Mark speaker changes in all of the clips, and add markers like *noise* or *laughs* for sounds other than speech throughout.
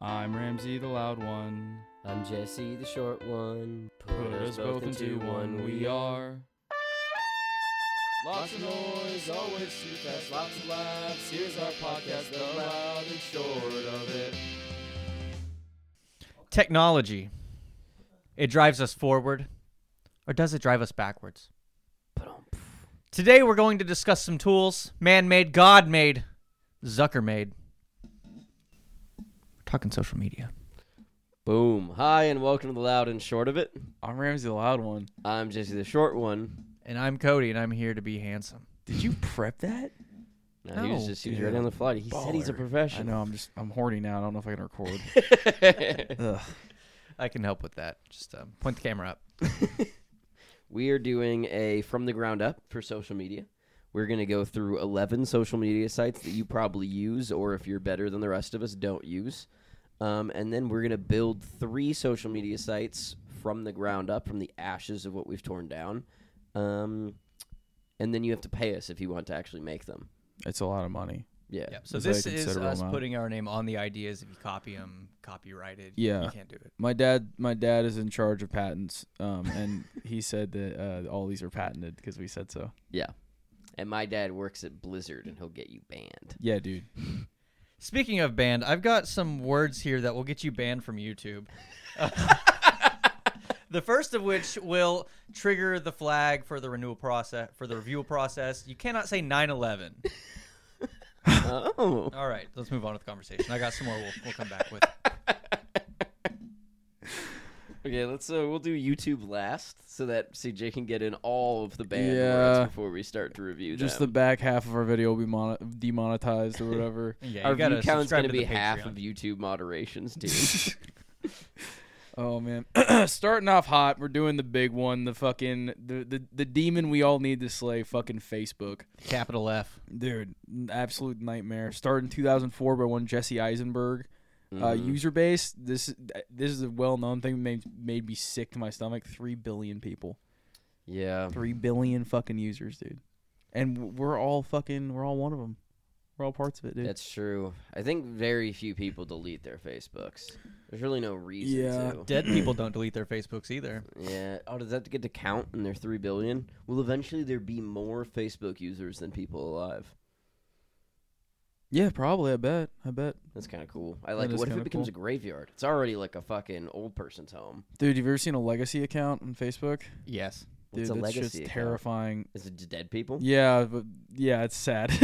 Speaker 1: I'm Ramsey the loud one.
Speaker 2: I'm Jesse, the short one.
Speaker 1: Put us both into one, we are. Lots of noise, always too fast, lots of laughs. Here's our podcast, the loud and short of it.
Speaker 3: technology it drives us forward or does it drive us backwards today we're going to discuss some tools man-made god-made zucker-made we're talking social media
Speaker 2: Boom. Hi, and welcome to the loud and short of it.
Speaker 1: I'm Ramsey the loud one.
Speaker 2: I'm Jesse, the short one.
Speaker 3: and i'm cody and i'm here to be handsome
Speaker 1: Did you prep that?
Speaker 2: No, he was
Speaker 3: No,
Speaker 2: just he was
Speaker 1: dude.
Speaker 2: ready on the fly. He said he's a
Speaker 1: Baller. I
Speaker 2: professional.
Speaker 1: know. I'm just. I'm horny now. I don't know if I can *laughs* record.
Speaker 2: *laughs*
Speaker 1: Ugh.
Speaker 3: i can help with that just um, point the camera up
Speaker 2: we are doing a from the ground up for social media. We're going to go through 11 social media sites that you probably use, or if you're better than the rest of us, don't use. Um, and then we're going to build three social media sites from the ground up, from the ashes of what we've torn down. Um, and then you have to pay us if you want to actually make them.
Speaker 1: It's a lot of money.
Speaker 2: Yeah.
Speaker 3: yep. so
Speaker 1: Is that a
Speaker 3: this is
Speaker 1: considerable
Speaker 3: us
Speaker 1: amount?
Speaker 3: putting our name on the ideas if you copy them copyrighted
Speaker 1: Yeah.
Speaker 3: you can't do it
Speaker 1: My dad. My dad is in charge of patents, um, and he said that uh, all these are patented because we said so.
Speaker 2: And my dad works at Blizzard, and he'll get you banned.
Speaker 1: *laughs* Yeah, dude.
Speaker 3: Speaking of banned, I've got some words here that will get you banned
Speaker 2: *laughs*
Speaker 3: from YouTube. the first of which will trigger the flag for the renewal process for the review process. You cannot say 9/11.
Speaker 2: oh.
Speaker 3: All right, let's move on with the conversation. I got some more we'll, we'll come back
Speaker 2: *laughs*
Speaker 3: with.
Speaker 2: Okay, let's. Uh, we'll do YouTube last, so that CJ can get in all of the banned
Speaker 1: Yeah.
Speaker 2: words before we start to review
Speaker 1: Just the
Speaker 2: them.
Speaker 1: back half of our video will be mono- demonetized or whatever.
Speaker 3: Yeah,
Speaker 2: Our
Speaker 3: you gotta
Speaker 2: view count's
Speaker 3: subscribe
Speaker 2: gonna
Speaker 3: to
Speaker 2: be
Speaker 3: the
Speaker 2: half
Speaker 3: Patreon.
Speaker 2: of YouTube moderations, dude.
Speaker 1: Oh man, *clears throat* starting off hot. We're doing the big one, the fucking the, the the demon we all need to slay, fucking Facebook,
Speaker 3: capital F.
Speaker 1: dude. n- Absolute nightmare. Started in 2004 by one Jesse Eisenberg. Uh,
Speaker 2: Mhm.
Speaker 1: user base. This this is a well known thing. Made made me sick to my stomach. Three billion people.
Speaker 2: yeah,
Speaker 1: Three billion fucking users, dude. And w- we're all fucking. We're all one of them. We're all parts of it, dude.
Speaker 2: that's true. I think very few people delete their Facebooks. There's really no reason
Speaker 1: Yeah.
Speaker 2: to. *clears throat*
Speaker 3: Dead people don't delete their Facebooks either.
Speaker 2: Yeah. Oh, does that get to count in their three billion? Will eventually there be more Facebook users than people alive?
Speaker 1: yeah, probably. I bet. I bet,
Speaker 2: That's kind of cool. I like.
Speaker 1: That
Speaker 2: it.
Speaker 1: is
Speaker 2: What if
Speaker 1: kinda
Speaker 2: it becomes
Speaker 1: cool.
Speaker 2: a graveyard? It's already like a fucking old person's home.
Speaker 1: dude. Have you ever seen a legacy account on Facebook?
Speaker 3: Yes.
Speaker 1: Dude,
Speaker 2: What's a
Speaker 1: that's
Speaker 2: legacy?
Speaker 1: just
Speaker 2: account?
Speaker 1: terrifying.
Speaker 2: Is it just dead people?
Speaker 1: Yeah, but yeah, it's sad. *laughs*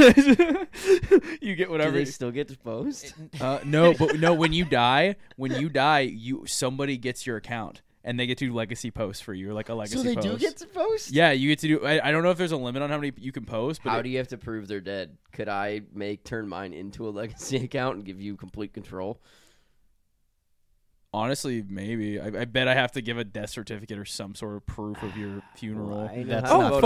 Speaker 1: you get
Speaker 2: Do
Speaker 1: whatever. *laughs*
Speaker 2: they still get to post?
Speaker 3: *laughs*
Speaker 1: Uh, no, but no. When you die, when you die, you somebody gets your account and they get to do legacy posts for you, or like a legacy.
Speaker 2: so they do
Speaker 1: post.
Speaker 2: get to post.
Speaker 1: Yeah, you get to do. I, I don't know if there's a limit on how many you can post, but
Speaker 2: How
Speaker 1: it-
Speaker 2: do you have to prove they're dead? Could I make turn mine into a *laughs* legacy account and give you complete control?
Speaker 1: honestly, maybe I, I bet I have to give a death certificate or some sort of proof of
Speaker 2: *sighs*
Speaker 1: your funeral.
Speaker 2: I know
Speaker 3: That's
Speaker 2: how to
Speaker 1: oh,
Speaker 3: not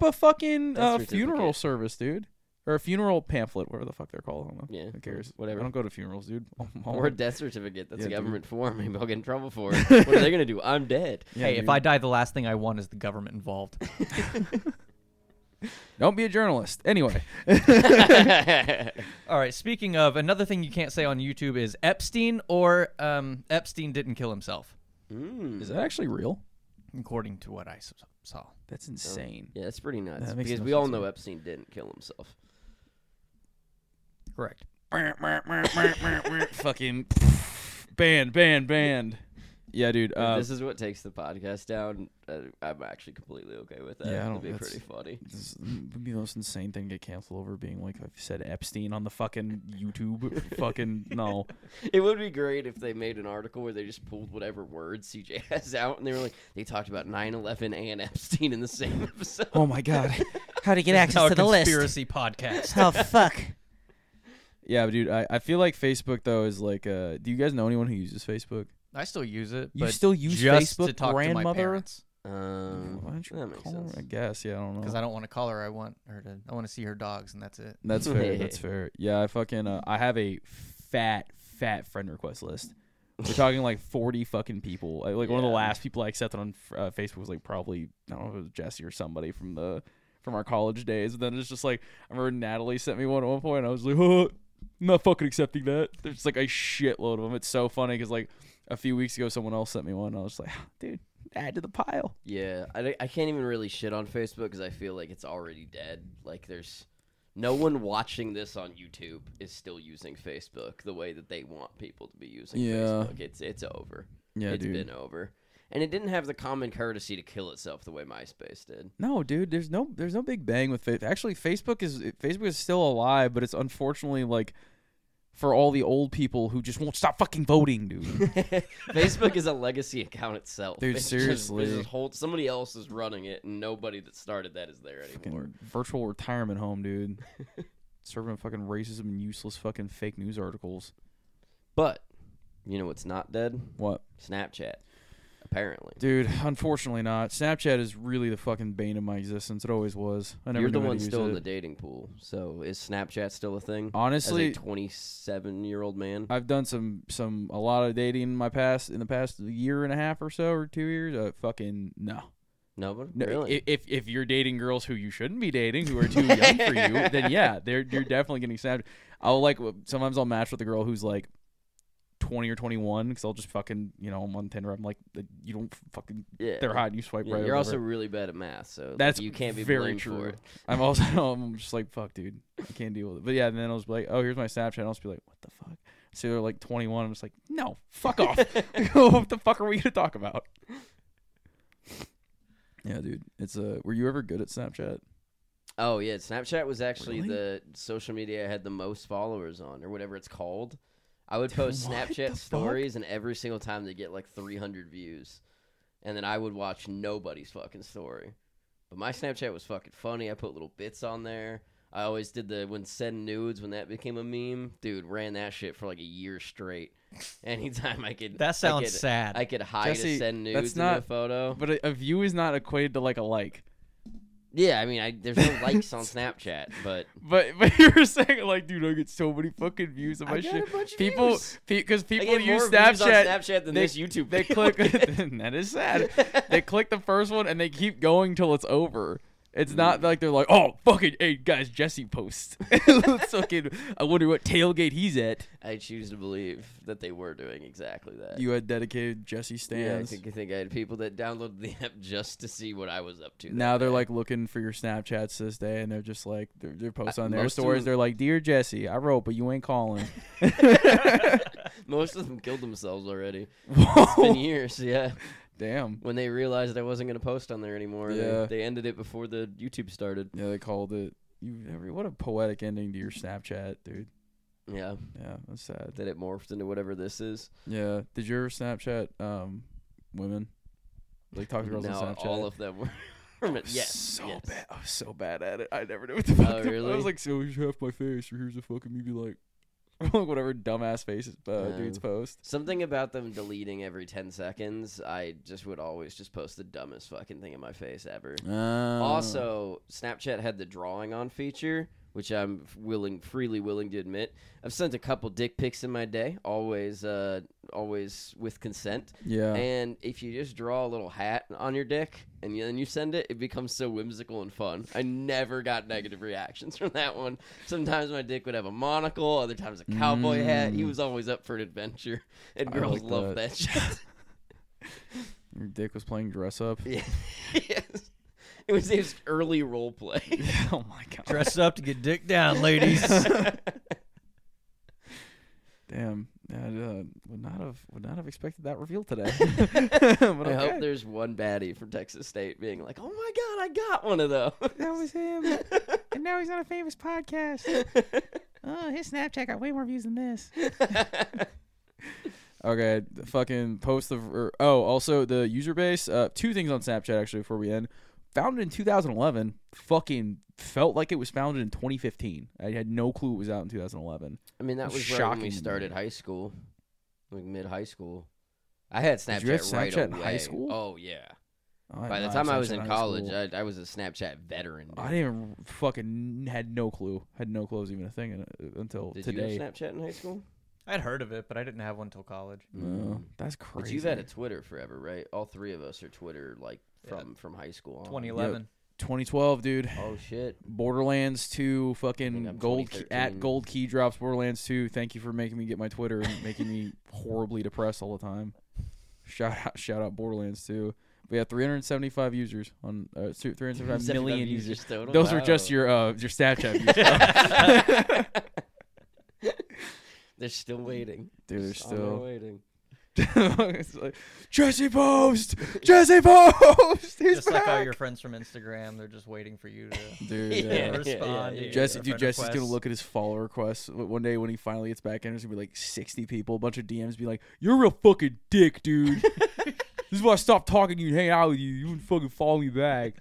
Speaker 1: Photoshop a fucking
Speaker 2: Death
Speaker 1: uh, funeral
Speaker 2: certificate.
Speaker 1: service, dude, or a funeral pamphlet, whatever the fuck they're called. I don't know.
Speaker 2: Yeah,
Speaker 1: Who cares? I
Speaker 2: Whatever.
Speaker 1: don't go to funerals, dude. *laughs* I'm all-
Speaker 2: Or *laughs* a death certificate. That's
Speaker 1: Yeah,
Speaker 2: a
Speaker 1: dude.
Speaker 2: government form. Maybe I'll get in trouble for *laughs* it. what are they gonna do? I'm dead.
Speaker 1: Yeah,
Speaker 3: hey, if
Speaker 1: dude.
Speaker 3: I die, the last thing I want is the government involved.
Speaker 1: don't be a journalist. Anyway,
Speaker 3: All right. Speaking of another thing you can't say on YouTube is Epstein or um, Epstein didn't kill himself,
Speaker 2: Mm.
Speaker 1: *laughs* is that actually real?
Speaker 3: according to what I s- saw.
Speaker 1: That's insane.
Speaker 2: Yeah, that's pretty nuts.
Speaker 1: That makes
Speaker 2: because
Speaker 1: no
Speaker 2: we all
Speaker 1: sense to
Speaker 2: know
Speaker 1: me.
Speaker 2: Epstein didn't kill himself.
Speaker 3: Correct.
Speaker 1: Fucking banned, banned, banned. Yeah, dude.
Speaker 2: If
Speaker 1: Uh,
Speaker 2: this is what takes the podcast down. Uh, I'm actually completely okay with that.
Speaker 1: Yeah, I
Speaker 2: It'd
Speaker 1: don't-
Speaker 2: be
Speaker 1: that's-
Speaker 2: pretty funny. *laughs*
Speaker 1: this would be the most insane thing to get canceled over being like I've said Epstein on the fucking YouTube. fucking no.
Speaker 2: It would be great if they made an article where they just pulled whatever word CJ *laughs* has out and they were like, they talked about 9 11 and Epstein in the same *laughs* episode.
Speaker 1: Oh my god.
Speaker 4: How to get
Speaker 3: This is how
Speaker 4: access
Speaker 3: a
Speaker 4: to the list.
Speaker 3: conspiracy podcast.
Speaker 4: Oh fuck.
Speaker 1: *laughs* Yeah, but dude. I, I feel like Facebook though is like. Uh, do you guys know anyone who uses Facebook?
Speaker 3: I still use it.
Speaker 1: You
Speaker 3: but
Speaker 1: still use
Speaker 3: just
Speaker 1: Facebook,
Speaker 3: to talk to my
Speaker 1: grandmother?
Speaker 3: parents
Speaker 2: Um,
Speaker 1: Why don't you
Speaker 2: that makes
Speaker 1: call her?
Speaker 2: sense.
Speaker 1: I guess. Yeah, I don't know.
Speaker 3: because I don't want to call her. I want her to. I want to see her dogs, and that's it.
Speaker 1: That's fair.
Speaker 2: *laughs*
Speaker 1: That's fair. Yeah, I fucking uh, I have a fat, fat friend request list. We're talking
Speaker 2: *laughs*
Speaker 1: like forty fucking people. I- Like one of the
Speaker 2: Yeah.
Speaker 1: last people I accepted on uh, Facebook was like probably I don't know if it was Jesse or somebody from the from our college days. And then it's just like I remember Natalie sent me one at one point. And I was like, oh, I'm not fucking accepting that. There's like a shitload of them. It's so funny because like a few weeks ago, someone else sent me one. And I was just like, dude, add to the pile.
Speaker 2: Yeah, I, don't- I can't even really shit on Facebook because I feel like it's already dead. Like, there's no one watching this on YouTube is still using Facebook the way that they want people to be using
Speaker 1: Yeah.
Speaker 2: Facebook. It's it's over.
Speaker 1: Yeah,
Speaker 2: It's
Speaker 1: dude.
Speaker 2: been over, and it didn't have the common courtesy to kill itself the way MySpace did. *laughs*
Speaker 1: No, dude, there's no there's no big bang with Facebook. Actually, Facebook is Facebook is still alive, but it's unfortunately like for all the old people who just won't stop fucking voting, dude.
Speaker 2: Facebook is a legacy account itself.
Speaker 1: Dude,
Speaker 2: It's just-
Speaker 1: seriously.
Speaker 2: it's just whole- somebody else is running it, and nobody that started that is there anymore. *laughs*
Speaker 1: fucking virtual retirement home, dude. Serving fucking racism and useless fucking fake news articles.
Speaker 2: But you know what's not dead?
Speaker 1: What?
Speaker 2: Snapchat. Apparently,
Speaker 1: Dude, unfortunately not. Snapchat is really the fucking bane of my existence. It always was. I never
Speaker 2: you're the
Speaker 1: knew how to
Speaker 2: one
Speaker 1: use
Speaker 2: still in
Speaker 1: it.
Speaker 2: the dating pool. So is Snapchat still a thing?
Speaker 1: Honestly,
Speaker 2: as a 27 year old man.
Speaker 1: I've done some some a lot of dating in my past in the past year and a half or so or two years. Uh, fucking no,
Speaker 2: no, but
Speaker 1: no.
Speaker 2: really,
Speaker 1: i- If if you're dating girls who you shouldn't be dating, who are too young for
Speaker 2: *laughs*
Speaker 1: you, then yeah, they're you're definitely getting snapped. I'll like sometimes I'll match with a girl who's like. 20 or 21 because I'll just fucking you know I'm on Tinder I'm like uh, you don't fucking
Speaker 2: yeah.
Speaker 1: they're hot you swipe
Speaker 2: Yeah,
Speaker 1: right
Speaker 2: You're
Speaker 1: over.
Speaker 2: also really bad at math, so like,
Speaker 1: That's
Speaker 2: you can't be
Speaker 1: very
Speaker 2: blamed
Speaker 1: true.
Speaker 2: for it.
Speaker 1: I'm also *laughs* I'm just like fuck, dude. I can't deal with it. But yeah, and then I was like, oh, here's my Snapchat. I'll just be like, what the fuck? So they're like 21. I'm just like, no, fuck
Speaker 2: *laughs*
Speaker 1: off. *laughs* what the fuck are we gonna talk about? Yeah, dude. It's a. Were you ever good at Snapchat?
Speaker 2: Oh yeah, Snapchat was actually
Speaker 1: Really?
Speaker 2: the social media I had the most followers on, or whatever it's called. I would post
Speaker 1: What the
Speaker 2: Snapchat
Speaker 1: fuck?
Speaker 2: stories, and every single time they get like 300 views, and then I would watch nobody's fucking story. But my Snapchat was fucking funny. I put little bits on there. I always did the when send nudes when that became a meme. Dude, ran that shit for like a year straight. *laughs* Anytime I could, I
Speaker 3: That sounds
Speaker 2: could-
Speaker 3: sad.
Speaker 2: I could hide
Speaker 1: Jesse,
Speaker 2: a send
Speaker 1: that's
Speaker 2: nudes in
Speaker 1: not-
Speaker 2: the photo.
Speaker 1: But a, a view is not equated to like a like.
Speaker 2: yeah, I mean, I, there's no likes
Speaker 1: *laughs*
Speaker 2: on Snapchat, but
Speaker 1: But *laughs* but you were saying like, dude, I get so many fucking views of
Speaker 2: I
Speaker 1: my
Speaker 2: got
Speaker 1: shit.
Speaker 2: a bunch of
Speaker 1: people,
Speaker 2: views.
Speaker 1: because
Speaker 2: I
Speaker 1: people
Speaker 2: get more
Speaker 1: use
Speaker 2: views on
Speaker 1: Snapchat
Speaker 2: Snapchat than
Speaker 1: they-
Speaker 2: this YouTube.
Speaker 1: They
Speaker 2: video
Speaker 1: click.
Speaker 2: *laughs*
Speaker 1: *laughs*
Speaker 2: did.
Speaker 1: that is sad.
Speaker 2: *laughs*
Speaker 1: they click the first one and they keep going till it's over. It's
Speaker 2: Mm.
Speaker 1: not like they're like, oh fucking, hey guys, Jesse posts. *laughs* Let's fucking. I wonder what tailgate he's at.
Speaker 2: I choose to believe that they were doing exactly that.
Speaker 1: You had dedicated Jesse
Speaker 2: yeah, I
Speaker 1: stands.
Speaker 2: think, I think I had people that downloaded the app just to see what I was up to. that
Speaker 1: now they're
Speaker 2: day.
Speaker 1: like looking for your Snapchats this day, and they're just like they're, they're posting on their
Speaker 2: most of
Speaker 1: stories.
Speaker 2: them-
Speaker 1: They're like, "Dear Jesse, I wrote, but you ain't calling."
Speaker 2: most of them killed themselves
Speaker 1: *laughs*
Speaker 2: already. *laughs* It's
Speaker 1: Whoa,
Speaker 2: been years, yeah.
Speaker 1: damn.
Speaker 2: When they realized I wasn't going to post on there anymore,
Speaker 1: Yeah.
Speaker 2: they, they ended it before the YouTube started.
Speaker 1: Yeah, they called it. You, every- what a poetic ending to your Snapchat, dude.
Speaker 2: Yeah,
Speaker 1: Yeah, that's sad.
Speaker 2: that it morphed into whatever this is.
Speaker 1: Yeah. Did you ever Snapchat um women? Like talk to girls
Speaker 2: now
Speaker 1: on Snapchat.
Speaker 2: all of them
Speaker 1: *laughs*
Speaker 2: were. *laughs* yes,
Speaker 1: So
Speaker 2: yes. Oh,
Speaker 1: bad. I was so bad at it. I never knew what the fuck. to- I
Speaker 2: really?
Speaker 1: was like, so here's half my face, or here's a fucking maybe like, *laughs* like whatever dumbass faces uh,
Speaker 2: Yeah.
Speaker 1: dudes post.
Speaker 2: Something about them deleting every 10 seconds, I just would always just post the dumbest fucking thing in my face ever. Uh,
Speaker 1: Um,
Speaker 2: Also, Snapchat had the drawing on feature, which I'm f- willing, freely willing to admit. I've sent a couple dick pics in my day, always, uh, always with consent.
Speaker 1: yeah.
Speaker 2: And if you just draw a little hat on your dick and you- then you send it, it becomes so whimsical and fun. I never got negative reactions *laughs* from that one. Sometimes my dick would have a monocle, other times a cowboy hat. He
Speaker 1: Mm.
Speaker 2: was always up for an adventure, and
Speaker 1: I
Speaker 2: girls
Speaker 1: like
Speaker 2: loved
Speaker 1: that.
Speaker 2: that *laughs* shit.
Speaker 1: Your dick was playing dress up.
Speaker 2: Yeah. yes. It was his early role play.
Speaker 1: *laughs* oh my god.
Speaker 3: *laughs* Dress up to get dick down, *laughs* ladies.
Speaker 1: Damn. Yeah, I, uh, would not have would not have expected that reveal
Speaker 2: *laughs*
Speaker 1: today. *laughs*
Speaker 2: I hope there's one baddie from Texas State being like, "Oh my god, I got one of those." *laughs*
Speaker 1: that was him. and now he's on a famous podcast. Oh, his Snapchat got way more views than this. okay, the fucking post the. Or, oh, also the user base. Uh, two things on Snapchat actually before we end. Founded in 2011, fucking felt like it was founded in 2015. I had no clue it was out in 2011.
Speaker 2: I mean, that
Speaker 1: It's
Speaker 2: was right when
Speaker 1: shocking
Speaker 2: we
Speaker 1: to me.
Speaker 2: started high school, like mid high school. I had Snapchat,
Speaker 1: Did you have
Speaker 2: right
Speaker 1: Snapchat in
Speaker 2: away.
Speaker 1: high school?
Speaker 2: Oh yeah.
Speaker 1: Oh, I had
Speaker 2: By the
Speaker 1: not
Speaker 2: time I
Speaker 1: Snapchat
Speaker 2: was in
Speaker 1: high
Speaker 2: college,
Speaker 1: school.
Speaker 2: I, I was a Snapchat veteran.
Speaker 1: I,
Speaker 2: dude.
Speaker 1: didn't fucking had no clue. Had no clue it was even a thing in- uh, until
Speaker 2: Did
Speaker 1: today.
Speaker 2: you have Snapchat in high school?
Speaker 3: I'd heard of it, but I didn't have one till college.
Speaker 1: No, that's crazy.
Speaker 2: But you've had a Twitter forever, right? All three of us are Twitter like
Speaker 3: Oh, Yeah.
Speaker 2: from from high school. On.
Speaker 3: 2011.
Speaker 1: 2012, dude.
Speaker 2: Oh shit.
Speaker 1: Borderlands 2,
Speaker 2: Think
Speaker 1: fucking
Speaker 2: I'm
Speaker 1: gold key,
Speaker 2: 2013.
Speaker 1: at gold key drops. Borderlands 2. Thank you for making me get my Twitter and making *laughs* me horribly depressed all the time. Shout out, shout out Borderlands 2. We had 375 users on uh,
Speaker 2: *laughs*
Speaker 1: 375 million users.
Speaker 2: total.
Speaker 1: Those are just
Speaker 2: Wow.
Speaker 1: your uh, your *laughs* Snapchat
Speaker 2: *laughs*
Speaker 1: users.
Speaker 2: They're still waiting.
Speaker 1: Dude, they're
Speaker 2: Still
Speaker 1: still.
Speaker 2: waiting.
Speaker 1: *laughs* it's like, Jesse Post! Jesse Post! He's
Speaker 3: *laughs* Just
Speaker 1: back!
Speaker 3: like all your friends from Instagram, they're just waiting for you to
Speaker 1: Dude,
Speaker 2: Yeah,
Speaker 1: *laughs* yeah.
Speaker 2: yeah,
Speaker 3: respond.
Speaker 2: yeah.
Speaker 3: to your
Speaker 1: Jesse, dude,
Speaker 3: friend
Speaker 1: Jesse's gonna
Speaker 3: requests.
Speaker 1: look at his follow requests W- one day when he finally gets back in. There's gonna be like 60 people, a bunch of DMs, be like, "You're a real fucking dick,
Speaker 2: *laughs*
Speaker 1: dude. this is why I stopped talking to you and hanging out with you. You wouldn't fucking follow me
Speaker 2: *laughs*
Speaker 1: back.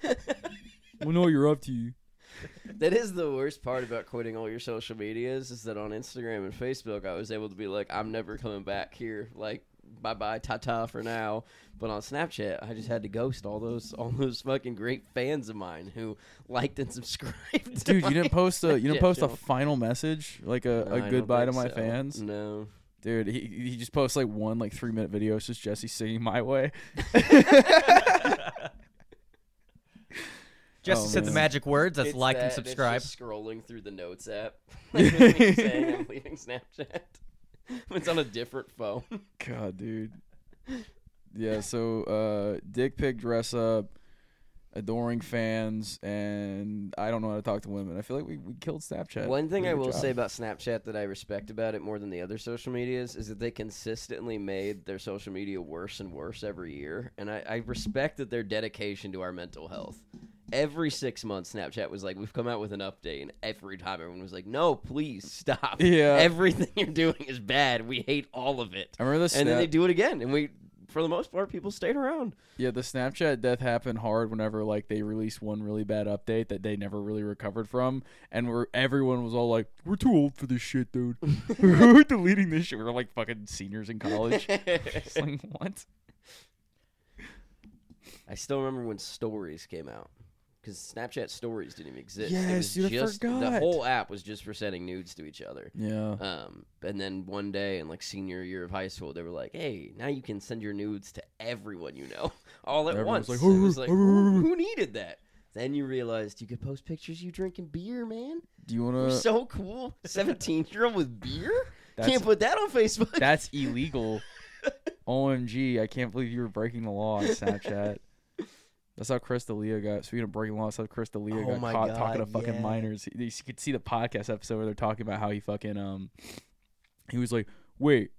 Speaker 1: I know you're up to. You.
Speaker 2: That is the worst part about quitting all your social medias is that on Instagram and Facebook, I was able to be like, I'm never coming back here. Like, bye bye, ta ta for now. But on Snapchat, I just had to ghost all those all those fucking great fans of mine who liked and *laughs* subscribed. To
Speaker 1: dude.
Speaker 2: my
Speaker 1: You didn't post a
Speaker 2: *laughs*
Speaker 1: you
Speaker 2: Snapchat
Speaker 1: didn't post a
Speaker 2: channel.
Speaker 1: final message like a,
Speaker 2: No, I
Speaker 1: a
Speaker 2: don't
Speaker 1: goodbye to
Speaker 2: think
Speaker 1: my
Speaker 2: so. Mm.
Speaker 1: fans,
Speaker 2: No.
Speaker 1: dude. He he just posts like one like three minute video. It's just Jesse singing my way.
Speaker 3: Jesse
Speaker 1: Oh,
Speaker 3: said the
Speaker 1: man.
Speaker 3: magic words. That's
Speaker 2: It's
Speaker 3: like
Speaker 2: that,
Speaker 3: and
Speaker 2: it's
Speaker 3: subscribe.
Speaker 2: just scrolling through the notes app. *laughs* Like, when he's saying I'm leaving Snapchat. *laughs* it's on a different
Speaker 1: *laughs*
Speaker 2: phone.
Speaker 1: God, dude. Yeah, so uh, dick pic dress up, adoring fans, and I don't know how to talk to women. I feel like we, we killed Snapchat.
Speaker 2: One thing
Speaker 1: We
Speaker 2: I
Speaker 1: did a
Speaker 2: will
Speaker 1: good job.
Speaker 2: say about Snapchat that I respect about it more than the other social medias is that they consistently made their social media worse and worse every year. And I, I respect that their dedication to our mental health. Every six months, Snapchat was like, we've come out with an update. And every time everyone was like, no, please stop.
Speaker 1: Yeah.
Speaker 2: *laughs* Everything you're doing is bad. We hate all of it.
Speaker 1: I remember the
Speaker 2: And then
Speaker 1: snap-
Speaker 2: they do it again. And we, for the most part, people stayed around.
Speaker 1: yeah the Snapchat death happened hard whenever like they released one really bad update that they never really recovered from, and where everyone was all like, "We're too old for this shit,
Speaker 2: *laughs*
Speaker 1: dude. *laughs* We're deleting this shit." We were like fucking seniors in
Speaker 2: *laughs*
Speaker 1: college. It's like, what?
Speaker 2: I still remember when stories came out because Snapchat stories didn't even exist. it
Speaker 1: Yes,
Speaker 2: was
Speaker 1: dude, I
Speaker 2: just the
Speaker 1: forgot.
Speaker 2: whole app was just for sending nudes to each other.
Speaker 1: Yeah.
Speaker 2: Um, and then one day in like senior year of high school, they were like, "Hey, now you can send your nudes to everyone you know *laughs* all at
Speaker 1: Everyone's
Speaker 2: once."
Speaker 1: like,
Speaker 2: And it *laughs* was like,
Speaker 1: "Arr,
Speaker 2: who,
Speaker 1: arr."
Speaker 2: who needed that? Then you realized you could post pictures of you drinking beer, man.
Speaker 1: Do you wanna?
Speaker 2: You're so cool. *laughs* Seventeen year old with beer.
Speaker 1: That's-
Speaker 2: Can't put that on Facebook.
Speaker 1: That's illegal. OMG, I can't believe you were breaking the law on Snapchat. That's how Chris D'Elia got. Speaking of breaking law, that's how Chris D'Elia
Speaker 2: Oh
Speaker 1: got
Speaker 2: my
Speaker 1: caught
Speaker 2: God,
Speaker 1: talking to fucking
Speaker 2: yeah.
Speaker 1: minors. He- You could see the podcast episode where they're talking about how he fucking um, he was like, "Wait,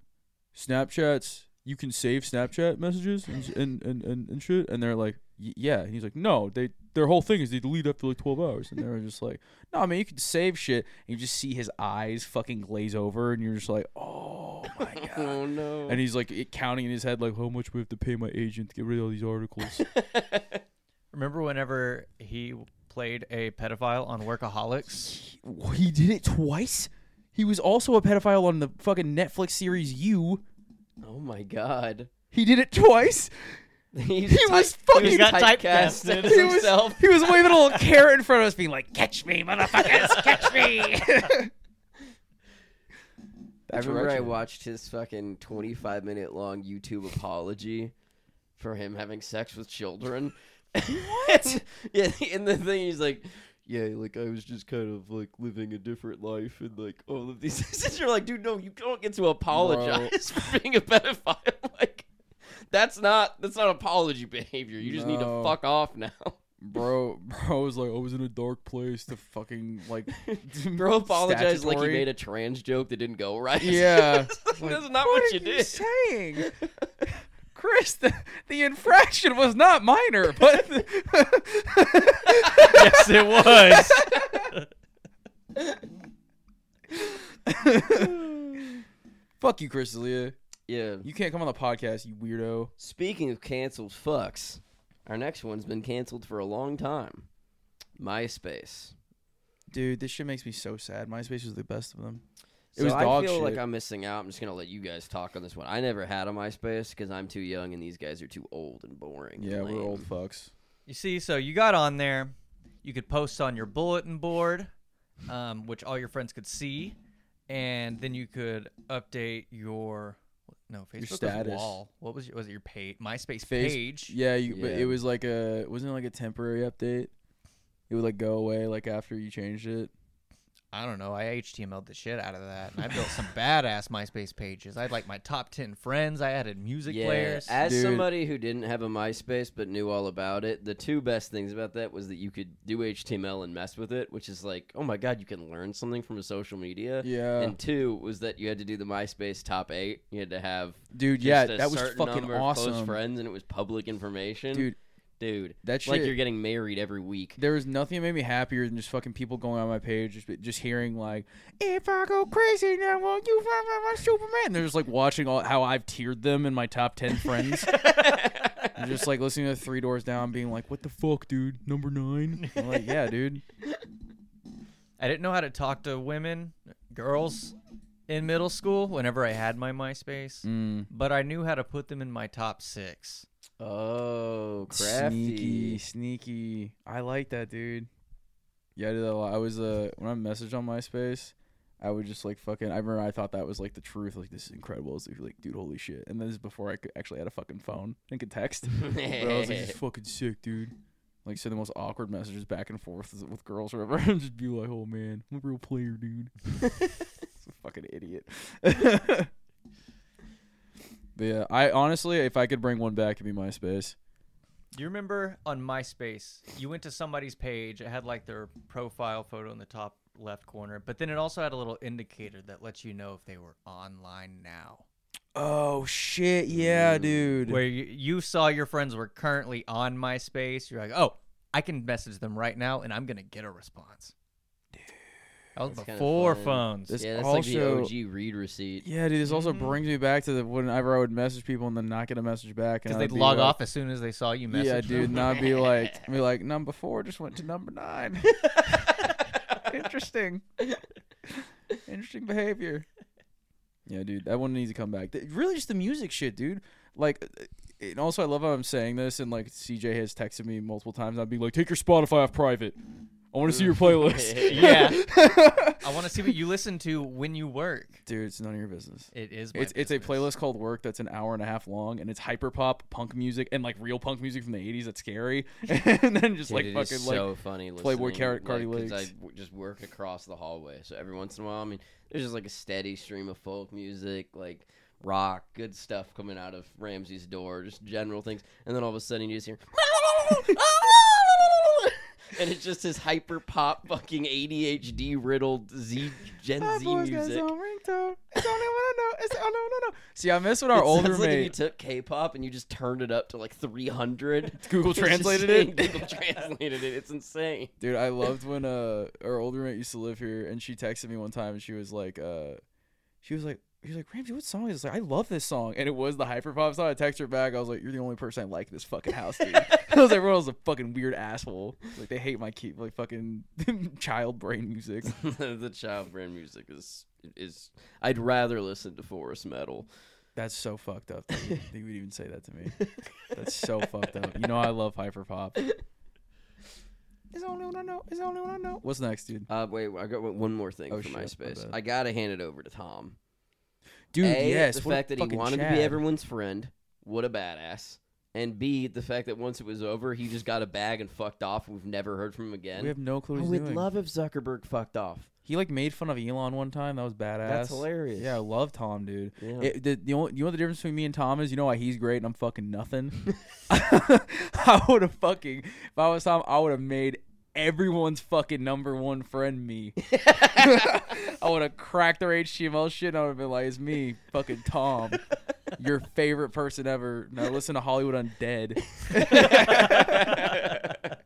Speaker 1: Snapchats, you can save Snapchat messages and and and, and, and shit," and they're like, "Y- "Yeah," and he's like, "No, they their whole thing is they delete after like twelve hours," and they were just like, "No, man, you can save shit." And you just see his eyes fucking glaze over, and you're just like, "Oh my god."
Speaker 2: *laughs* oh no.
Speaker 1: And he's like it- counting in his head, like how much we have to pay my agent to get rid of all these articles.
Speaker 3: Remember whenever he played a pedophile
Speaker 1: *laughs*
Speaker 3: on Workaholics?
Speaker 1: *laughs* he, he did it twice. He was also a pedophile on the fucking Netflix series You.
Speaker 2: oh my god.
Speaker 1: He did it twice.
Speaker 2: He's
Speaker 1: He was fucking-
Speaker 3: He got typecasted.
Speaker 2: as
Speaker 1: He was
Speaker 2: himself.
Speaker 1: *laughs* he was waving a little carrot in front of us, being like, "Catch me, motherfuckers, catch *laughs* me."
Speaker 2: I
Speaker 1: That's
Speaker 2: remember I
Speaker 1: wretched.
Speaker 2: watched his fucking 25 minute long YouTube apology for him having sex with children. What? *laughs* yeah, and the thing he's like, yeah, like I was just kind of like living a different life and like all of these *laughs* things. You're like, dude, no, you don't get to apologize *laughs* for being a pedophile. *laughs* Like, that's not that's not apology behavior. You just need to
Speaker 1: No.
Speaker 2: fuck off now.
Speaker 1: bro, bro was like, I was in a dark place to fucking like,
Speaker 2: *laughs* Bro apologized like he
Speaker 1: Statutory.
Speaker 2: made a trans joke that didn't go
Speaker 1: *laughs* *laughs*
Speaker 2: right. *laughs*
Speaker 1: Yeah.
Speaker 2: that's
Speaker 1: Like,
Speaker 2: not what, you did.
Speaker 1: saying? Chris, the, the infraction was not minor, but *laughs*
Speaker 3: yes, it was.
Speaker 1: fuck you, Chris D'Elia.
Speaker 2: Yeah.
Speaker 1: You can't come on the podcast, you weirdo.
Speaker 2: Speaking of canceled fucks, our next one's been canceled for a long time. MySpace.
Speaker 1: Dude, this shit makes me so sad. MySpace was the best of them. It
Speaker 2: So
Speaker 1: was
Speaker 2: I
Speaker 1: dog
Speaker 2: feel
Speaker 1: shit.
Speaker 2: like I'm missing out. I'm just gonna let you guys talk on this one. I never had a MySpace because I'm too young and these guys are too old and boring. and
Speaker 1: yeah,
Speaker 2: lame.
Speaker 1: we're old fucks.
Speaker 3: You see, so you got on there. You could post on your bulletin board, um, which all your friends could see, and then you could update your no Facebook was
Speaker 1: status.
Speaker 3: wall. What was your, was it your page? MySpace
Speaker 1: Face-
Speaker 3: page.
Speaker 1: Yeah, you, but
Speaker 2: Yeah.
Speaker 1: it was like a wasn't it like a temporary update. It would like go away like after you changed it.
Speaker 3: I don't know. I HTML'd the shit out of that, and I built some badass MySpace pages. I had like my top ten friends. I added music players.
Speaker 2: *laughs*
Speaker 3: *laughs*
Speaker 2: As
Speaker 1: Dude.
Speaker 2: somebody who didn't have a MySpace but knew all about it, the two best things about that was that you could do HTML and mess with it, which is like, oh my god, you can learn something from a social media.
Speaker 1: Yeah.
Speaker 2: And two was that you had to do the MySpace top eight. You had to have
Speaker 1: Dude,
Speaker 2: just
Speaker 1: yeah,
Speaker 2: a
Speaker 1: that was
Speaker 2: certain
Speaker 1: fucking
Speaker 2: number of
Speaker 1: awesome.
Speaker 2: Close friends, and it was public information.
Speaker 1: Dude,
Speaker 2: dude,
Speaker 1: that
Speaker 2: it's like
Speaker 1: shit-
Speaker 2: you're getting married every week.
Speaker 1: There was nothing that made me happier than just fucking people going on my page, just, just hearing like, "If I go crazy now, won't you find my Superman?" And they're just like watching all how I've tiered them in my top ten
Speaker 2: *laughs*
Speaker 1: friends. and just like listening to Three Doors Down, being like, "What the fuck, dude? Number nine? I'm like, "Yeah,
Speaker 2: *laughs*
Speaker 1: dude."
Speaker 3: I didn't know how to talk to women, girls, in middle school. Whenever I had my MySpace,
Speaker 1: Mm.
Speaker 3: but I knew how to put them in my top six.
Speaker 2: Oh,
Speaker 1: Sneaky,
Speaker 2: crafty.
Speaker 1: sneaky. I like that, dude. Yeah, I did that a lot. I was uh when I messaged on MySpace, I would just like fucking. I remember I thought that was like the truth. Like this is incredible. It's like, like, dude, holy shit. And this is before I could actually had a fucking phone and could text. but I was like, this is fucking sick, dude. Like send the most awkward messages back and forth with- with girls or whatever, *laughs* and just be like, oh man, I'm a real player, dude. It's a fucking idiot. *laughs* but yeah, I honestly, if I could bring one back, it'd be MySpace.
Speaker 3: Do you remember on MySpace, you went to somebody's page, it had like their profile photo in the top left corner, but then it also had a little indicator that lets you know if they were online now.
Speaker 1: Oh shit, yeah,
Speaker 3: Mm.
Speaker 1: dude.
Speaker 3: Where you, you saw your friends were currently on MySpace, you're like, oh, I can message them right now and I'm going to get a response. Dude. That was
Speaker 2: That's kinda
Speaker 3: before
Speaker 2: fun.
Speaker 3: phones.
Speaker 1: This
Speaker 2: yeah, that's
Speaker 1: also-
Speaker 2: like the OG read receipt.
Speaker 1: Yeah, dude. This also brings me back to the whenever I would message people and then not get a message back, and
Speaker 3: Because
Speaker 1: I
Speaker 3: they'd
Speaker 1: would be
Speaker 3: log
Speaker 1: like-
Speaker 3: off as soon as they saw you message
Speaker 1: Yeah, dude.
Speaker 3: them.
Speaker 1: And I'd be like, I'd be like, number four just went to number nine. Interesting. Interesting behavior. Yeah, dude. That one needs to come back. Th- Really, just the music shit, dude. Like, uh, and also I love how I'm saying this, and like CJ has texted me multiple times. I'd be like, take your Spotify off private. I want to see
Speaker 3: *laughs*
Speaker 1: your playlist. *laughs*
Speaker 3: *laughs* yeah. I want to see what you listen to when you work.
Speaker 1: dude, it's none of your business.
Speaker 3: It is. My
Speaker 1: It's it's a
Speaker 3: business.
Speaker 1: playlist called Work that's an hour and a half long, and it's hyper pop punk music and like real punk music from the '80s. That's
Speaker 2: *laughs*
Speaker 1: scary, *laughs* and then just
Speaker 2: Dude,
Speaker 1: like
Speaker 2: it
Speaker 1: fucking
Speaker 2: is
Speaker 1: like *laughs*
Speaker 2: so funny.
Speaker 1: Playboy
Speaker 2: listening,
Speaker 1: Car- Cardi
Speaker 2: like, 'cause I
Speaker 1: Lakes.
Speaker 2: w- just work across the hallway, so every once in a while, I mean, there's just like a steady stream of folk music, like rock, good stuff coming out of Ramsey's door, just general things, and then all of a sudden you just hear, *laughs* and it's just this hyper pop, fucking ADHD riddled Z Gen Z music.
Speaker 1: oh, See, I miss when our
Speaker 2: *laughs* It
Speaker 1: older
Speaker 2: sounds like if you
Speaker 1: mate
Speaker 2: took K-pop and you just turned it up to like 300.
Speaker 1: Google
Speaker 2: *laughs* It's just
Speaker 1: translated
Speaker 2: saying
Speaker 1: it.
Speaker 2: Google *laughs* translated it. It's insane.
Speaker 1: Dude, I loved when uh our older mate used to live here, and she texted me one time, and she was like, uh, she was like, she was like, Ramsey, what song is this? Like, I love this song, and it was the hyperpop song. I texted her back. I was like, you're the only person I like in this fucking house, dude. *laughs* I was like, everyone was a fucking weird asshole. Like they hate my keep like fucking *laughs* child brain music.
Speaker 2: *laughs* the child brand music is is. I'd rather listen to Forest Metal.
Speaker 1: That's so fucked up. That you, that you would even say that to me. That's so fucked up. You know I love hyperpop. It's only one I know. It's only one I know. What's next, dude?
Speaker 2: Uh, wait, I got one more thing
Speaker 1: Oh,
Speaker 2: for
Speaker 1: shit, my
Speaker 2: MySpace.
Speaker 1: bad.
Speaker 2: I gotta hand it over to Tom.
Speaker 1: Dude,
Speaker 2: a,
Speaker 1: yes.
Speaker 2: the
Speaker 1: what a
Speaker 2: fact that he
Speaker 1: fucking
Speaker 2: wanted to
Speaker 1: Chad.
Speaker 2: be everyone's friend. What a badass. And B, the fact that once it was over, he just got a bag and fucked off. and We've never heard from him again.
Speaker 1: We have no clue
Speaker 2: I
Speaker 1: what he's
Speaker 2: would
Speaker 1: doing.
Speaker 2: Oh, love if Zuckerberg fucked off.
Speaker 1: *laughs* He like made fun of Elon one time. That was badass.
Speaker 2: That's hilarious.
Speaker 1: Yeah, I love Tom, dude.
Speaker 2: Yeah.
Speaker 1: It- the, the only, you know what the difference between me and Tom is? You know why he's great and I'm fucking
Speaker 2: *laughs*
Speaker 1: nothing? *laughs* I would have fucking, if I was Tom, I would have made everyone's fucking number one friend
Speaker 2: *laughs*
Speaker 1: me. *laughs* I would have cracked their HTML shit and I would have been like, it's me, fucking Tom, your favorite person ever. Now listen to Hollywood Undead.
Speaker 2: *laughs*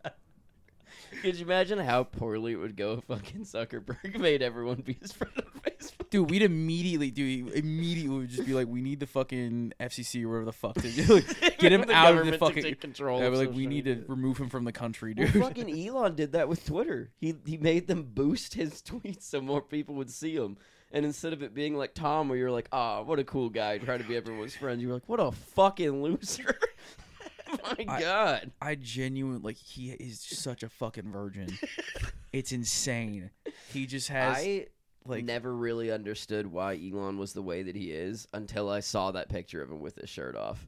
Speaker 2: Could you imagine how poorly it would go if fucking Zuckerberg *laughs* made everyone be his friend on Facebook?
Speaker 1: Dude, we'd immediately, dude, immediately would just be like, we need the fucking FCC or whatever the fuck to do. *laughs* Like, get him
Speaker 2: *laughs* The
Speaker 1: out of
Speaker 2: government
Speaker 1: the
Speaker 2: to
Speaker 1: fucking.
Speaker 2: take control
Speaker 1: Yeah,
Speaker 2: of
Speaker 1: but, like,
Speaker 2: social
Speaker 1: we need to
Speaker 2: media.
Speaker 1: remove him from the country,
Speaker 2: Well,
Speaker 1: dude.
Speaker 2: fucking Elon did that with Twitter. He he made them boost his *laughs* tweets so more people would see him. And instead of it being like Tom, where you're like, ah, what a cool guy trying to
Speaker 1: *laughs*
Speaker 2: be everyone's friend, you were like, what a fucking loser. *laughs* Oh My
Speaker 1: I-
Speaker 2: God.
Speaker 1: *laughs* I genuinely like he is such a fucking
Speaker 2: *laughs*
Speaker 1: virgin. it's insane. He just has
Speaker 2: I
Speaker 1: like
Speaker 2: never really understood why Elon was the way that he is until I saw that picture of him with his shirt off.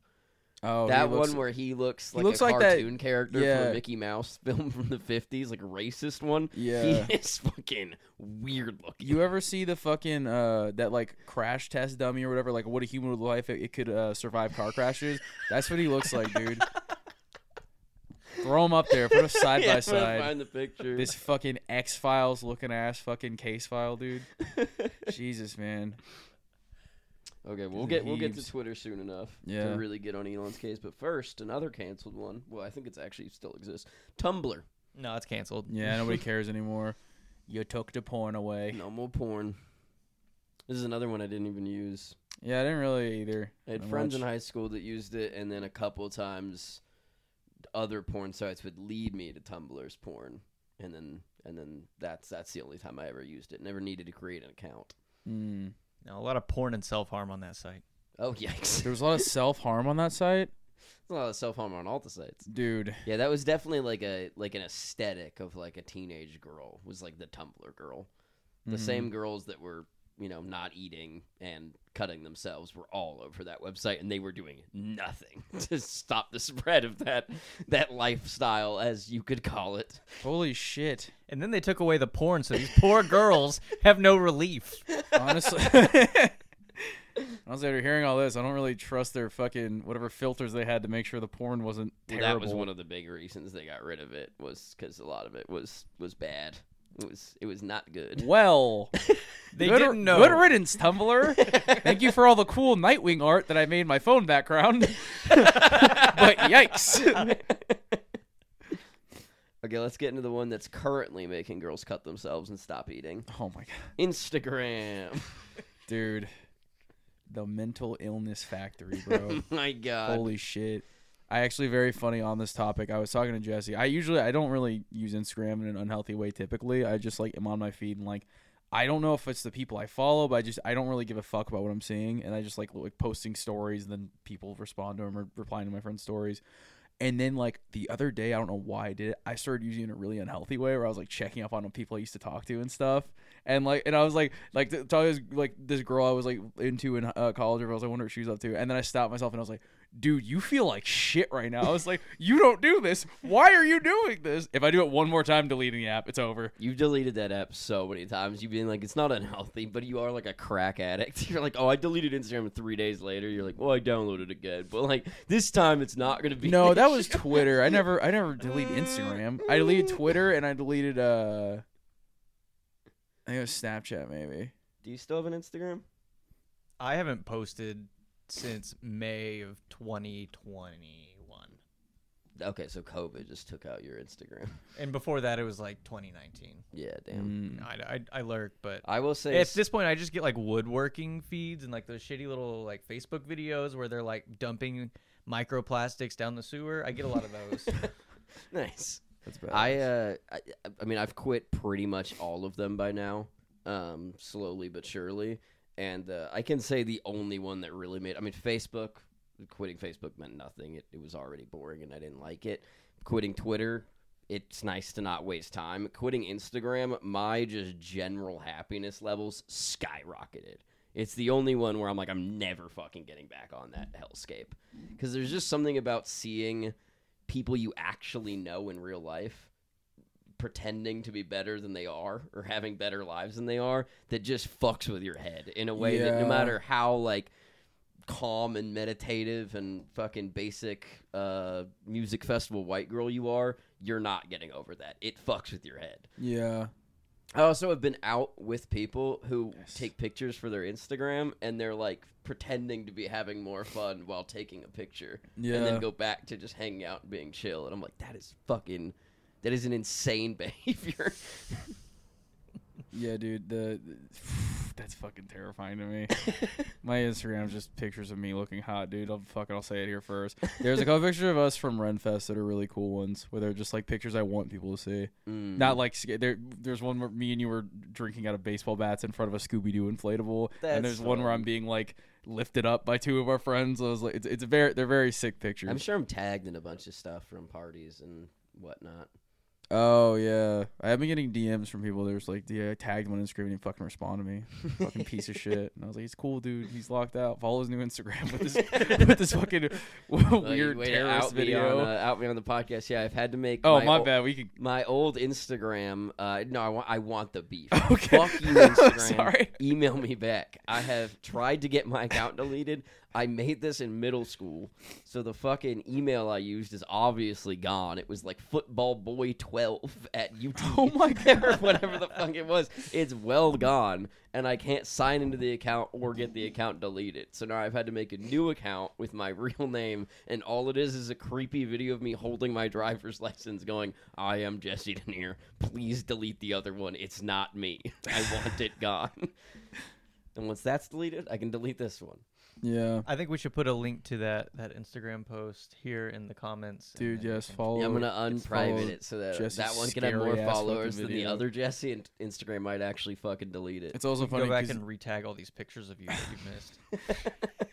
Speaker 1: Oh,
Speaker 2: that
Speaker 1: he looks-
Speaker 2: one where he looks like
Speaker 1: looks
Speaker 2: a
Speaker 1: like that-
Speaker 2: cartoon character from
Speaker 1: yeah.
Speaker 2: a Mickey Mouse *laughs* film from the fifties, like a racist one.
Speaker 1: Yeah.
Speaker 2: he *laughs* is fucking weird looking.
Speaker 1: You ever see the fucking uh that like crash test dummy or whatever? Like what a human would life it, it could uh, survive car crashes. That's what he looks like,
Speaker 2: *laughs*
Speaker 1: dude. Throw him up there. Put him side
Speaker 2: *laughs* Yeah,
Speaker 1: by
Speaker 2: I'm gonna
Speaker 1: side.
Speaker 2: Find the picture. *laughs*
Speaker 1: This fucking X Files looking ass fucking case file, dude. Jesus, man. *laughs*
Speaker 2: okay, we'll get we'll get to
Speaker 1: Heaves.
Speaker 2: Twitter soon enough
Speaker 1: Yeah.
Speaker 2: to really get on Elon's case. But first, another canceled one. Well, I think it's actually still exists. Tumblr,
Speaker 3: No, it's canceled.
Speaker 1: Yeah,
Speaker 2: *laughs*
Speaker 1: nobody cares anymore. You took the porn away.
Speaker 2: no more porn. This is another one I didn't even use.
Speaker 1: Yeah, I didn't really either.
Speaker 2: I had
Speaker 1: Not
Speaker 2: friends in
Speaker 1: much.
Speaker 2: high school that used it, and then a couple times, other porn sites would lead me to Tumblr's porn, and then and then that's that's the only time I ever used it. Never needed to create an account.
Speaker 1: Mm.
Speaker 3: No, a lot of porn and self harm on that site.
Speaker 2: Oh *laughs* yikes!
Speaker 1: There
Speaker 2: There's
Speaker 1: was a lot of self harm on that site,
Speaker 2: a lot of self harm on all the sites.
Speaker 1: dude.
Speaker 2: Yeah, that was definitely like a like an aesthetic of like a teenage girl was like the Tumblr girl. The
Speaker 1: Mhm.
Speaker 2: same girls that were you know not eating and cutting themselves were all over that website, and they were doing nothing *laughs* to stop the spread of that that lifestyle, as you could call it.
Speaker 1: Holy shit.
Speaker 3: And then they took away the porn, so these poor *laughs* girls have no relief.
Speaker 1: Honestly. *laughs* Honestly, after hearing all this, I don't really trust their fucking whatever filters they had to make sure the porn wasn't
Speaker 2: Well,
Speaker 1: terrible.
Speaker 2: that was one of the big reasons they got rid of it was because a lot of it was was bad. It was it was not good.
Speaker 1: well,
Speaker 3: They
Speaker 1: good,
Speaker 3: didn't know.
Speaker 1: Good riddance, Tumblr. *laughs* Thank you for all the cool Nightwing art that I made in my phone background. *laughs* but
Speaker 3: *laughs*
Speaker 1: yikes.
Speaker 2: Okay, let's get into the one that's currently making girls cut themselves and stop eating.
Speaker 1: Oh my god,
Speaker 2: Instagram. *laughs*
Speaker 1: dude, the mental illness factory, bro.
Speaker 2: My God.
Speaker 1: Holy shit. I actually very funny on this topic. I was talking to Jesse. I usually I don't really use Instagram in an unhealthy way typically. I just like am on my feed and like I don't know if it's the people I follow, but I just I don't really give a fuck about what I'm seeing and I just like like posting stories and then people respond to them or replying to my friends' stories. And then like the other day, I don't know why I did it. I started using it in a really unhealthy way where I was like checking up on people I used to talk to and stuff. And like, and I was like, like th- talking to this, like this girl I was like into in uh, college. Or I was like, I wonder what she was up to. And then I stopped myself and I was like, dude, you feel like shit right now. I was like, you don't do this. Why are you doing this? If I do it one more time, deleting the app, it's over.
Speaker 2: You've deleted that app so many times. You've been like, it's not unhealthy, but you are like a crack addict. *laughs* You're like, oh, I deleted Instagram and three days later. You're like, well, I downloaded it again. But like, this time it's not going to be.
Speaker 1: *laughs* No,
Speaker 2: an
Speaker 1: that was
Speaker 2: issue. *laughs*
Speaker 1: Twitter. I never, I never deleted Instagram. I *laughs* deleted Twitter and I deleted uh, I think it was Snapchat maybe.
Speaker 2: Do you still have an Instagram?
Speaker 3: I haven't posted since May of 2021.
Speaker 2: Okay, so COVID just took out your Instagram.
Speaker 3: And before that, it was like 2019.
Speaker 2: Yeah, damn.
Speaker 1: Mm.
Speaker 3: I, I, I lurk, but
Speaker 2: I will say,
Speaker 3: at this point, I just get like woodworking feeds and like those shitty little like Facebook videos where they're like dumping microplastics down the sewer. I get a lot of
Speaker 1: *laughs*
Speaker 3: those.
Speaker 2: nice.
Speaker 1: That's bad.
Speaker 2: I, uh, I, I mean, I've quit pretty much all of them by now, um, slowly but surely. And uh, I can say the only one that really made, I mean, Facebook, quitting Facebook meant nothing. It, it was already boring and I didn't like it. Quitting Twitter, it's nice to not waste time. Quitting Instagram, my just general happiness levels skyrocketed. It's the only one where I'm like, I'm never fucking getting back on that hellscape. Because there's just something about seeing people you actually know in real life pretending to be better than they are or having better lives than they are that just fucks with your head in a way that no
Speaker 1: Yeah.
Speaker 2: matter how like calm and meditative and fucking basic uh music festival white girl you are you're not getting over that it fucks with your head
Speaker 1: yeah.
Speaker 2: I also have been out with people who
Speaker 1: Yes.
Speaker 2: take pictures for their Instagram and they're like pretending to be having more fun while taking a picture. And
Speaker 1: Yeah.
Speaker 2: then go back to just hanging out and being chill. And I'm like, that is fucking that is an insane *laughs* behavior.
Speaker 1: Yeah, dude, the, *sighs* that's fucking terrifying to
Speaker 2: *laughs*
Speaker 1: me. My Instagram's just pictures of me looking hot, dude. I'll fucking I'll say it here first. There's a
Speaker 2: *laughs*
Speaker 1: couple pictures of us from Renfest that are really cool ones, where they're just like pictures I want people to see.
Speaker 2: Mm.
Speaker 1: Not like sca- there. There's one where me and you were drinking out of baseball bats in front of a Scooby Doo inflatable,
Speaker 2: That's
Speaker 1: and there's one where
Speaker 2: fun.
Speaker 1: I'm being like lifted up by two of our friends. I was like, it's, it's a very they're very sick pictures.
Speaker 2: I'm sure I'm tagged in a bunch of stuff from parties and whatnot.
Speaker 1: Oh yeah, I have been getting DMs from people. There's like, yeah, I tagged him on Instagram and he fucking responded to me, fucking piece of shit. And I was like, he's cool, dude. He's locked out. Follow his new Instagram with
Speaker 2: *laughs*
Speaker 1: this with this fucking *laughs*
Speaker 2: Well, you
Speaker 1: weird
Speaker 2: way to
Speaker 1: terrorist
Speaker 2: out Me on,
Speaker 1: video.
Speaker 2: uh, out me on the podcast. Yeah, I've had to make.
Speaker 1: oh
Speaker 2: my,
Speaker 1: my
Speaker 2: ol-
Speaker 1: bad. We can.
Speaker 2: My old Instagram. Uh, no, I want. I want the beef.
Speaker 1: *laughs* Okay.
Speaker 2: Fuck you,
Speaker 1: *laughs*
Speaker 2: Instagram.
Speaker 1: Sorry.
Speaker 2: *laughs* Email me back. I have tried to get my account deleted. I made this in middle school, so the fucking email I used is obviously gone. It was like footballboy12 at
Speaker 1: *laughs*
Speaker 2: YouTube.
Speaker 1: Oh my God.
Speaker 2: *laughs* or whatever the fuck it was. It's well gone, and I can't sign into the account or get the account deleted. So now I've had to make a new account with my *laughs* real name, and all it is is a creepy video of me holding my driver's license, going, "I am Jesse Denier. Please delete the other one. It's not me. I want it gone." *laughs* and once that's deleted, I can delete this one.
Speaker 1: Yeah,
Speaker 3: I think we should put a link to that that Instagram post here in the comments. and
Speaker 1: dude.
Speaker 3: then we
Speaker 1: Yes,
Speaker 3: can-
Speaker 1: follow.
Speaker 2: Yeah, I'm gonna
Speaker 1: it's followed
Speaker 2: unprivate it so that
Speaker 1: Jesse's
Speaker 2: that one can have more
Speaker 1: scary ass fucking
Speaker 2: followers than the
Speaker 1: video.
Speaker 2: other Jesse, and Instagram might actually fucking delete it.
Speaker 1: It's also funny
Speaker 3: Go back
Speaker 1: because
Speaker 3: and retag all these pictures of you that you've
Speaker 1: *laughs*
Speaker 3: missed.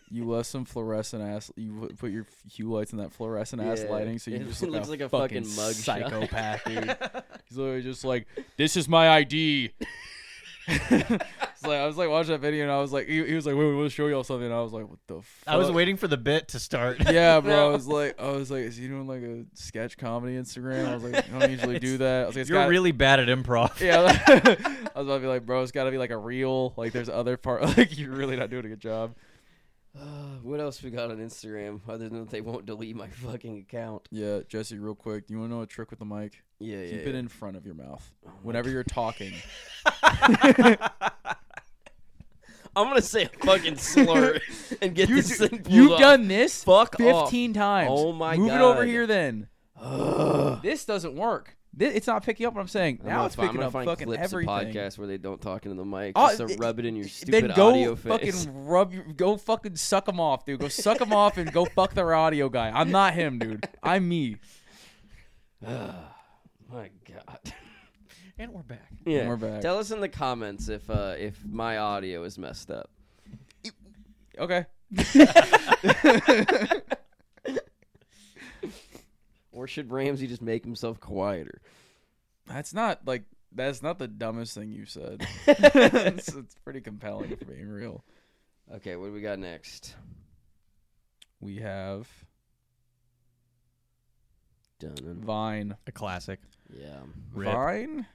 Speaker 1: you left some fluorescent ass. You w- put your hue lights in that fluorescent ass
Speaker 2: Yeah.
Speaker 1: lighting, so you *laughs*
Speaker 2: It
Speaker 1: just
Speaker 2: looks
Speaker 1: look
Speaker 2: like a fucking mug shot.
Speaker 1: psychopath, dude. *laughs* He's literally just like, "This is my ID." *laughs* It's like I was like watching that video and I was like, he, he was like, "Wait, we want to show y'all something." And I was like, "What the?" Fuck?
Speaker 3: I was waiting for the bit to start.
Speaker 1: *laughs* Yeah, bro. I was like, I was like, is he doing like a sketch comedy Instagram? I was like, I don't usually do that. I was like, *laughs* it's
Speaker 3: You're
Speaker 1: got
Speaker 3: really bad at
Speaker 1: *laughs*
Speaker 3: improv.
Speaker 1: yeah. *laughs* I was about to be like, bro, it's got to be like a real. Like, there's other part. *laughs* Like, you're really not doing a good job.
Speaker 2: Uh, *sighs* what else we got on Instagram other than that they won't delete my fucking account?
Speaker 1: Yeah, Jesse, real quick, you want to know a trick with the mic?
Speaker 2: Yeah, yeah. Oh
Speaker 1: Keep it in front of your mouth whenever you're
Speaker 2: *laughs*
Speaker 1: talking.
Speaker 2: I'm gonna say a
Speaker 1: *laughs*
Speaker 2: fucking slur *laughs* and get this thing pulled
Speaker 1: you've
Speaker 2: off. *sighs*
Speaker 1: done this
Speaker 2: Fuck off.
Speaker 1: 15 times.
Speaker 2: Oh my
Speaker 1: Move it over
Speaker 2: God.
Speaker 1: here then.
Speaker 2: Ugh.
Speaker 1: This doesn't work. Thi- it's not picking up what I'm saying.
Speaker 2: I'm
Speaker 1: Now
Speaker 2: gonna
Speaker 1: it's
Speaker 2: fi- I'm
Speaker 1: picking
Speaker 2: gonna
Speaker 1: up
Speaker 2: find
Speaker 1: fucking
Speaker 2: clips
Speaker 1: everything.
Speaker 2: Of podcasts where they don't talk into the mic.
Speaker 1: Oh,
Speaker 2: just to
Speaker 1: th-
Speaker 2: rub it in your stupid
Speaker 1: then go
Speaker 2: audio face. *laughs*
Speaker 1: fucking rub, your- go fucking suck them off, dude. Go suck them off and
Speaker 2: *laughs*
Speaker 1: go fuck their audio guy. I'm not him, dude. I'm me.
Speaker 2: my god.
Speaker 3: And we're back.
Speaker 2: Yeah.
Speaker 1: we're back.
Speaker 2: Tell us in the comments if uh, if my audio is messed up.
Speaker 1: Okay.
Speaker 2: Or should Ramsey just make himself quieter?
Speaker 1: That's not like that's not the dumbest thing you said. *laughs* it's, it's pretty compelling for being real.
Speaker 2: Okay, what do we got next?
Speaker 1: We have
Speaker 2: Done.
Speaker 1: Vine.
Speaker 3: A classic.
Speaker 2: Yeah.
Speaker 3: Rip.
Speaker 1: Vine.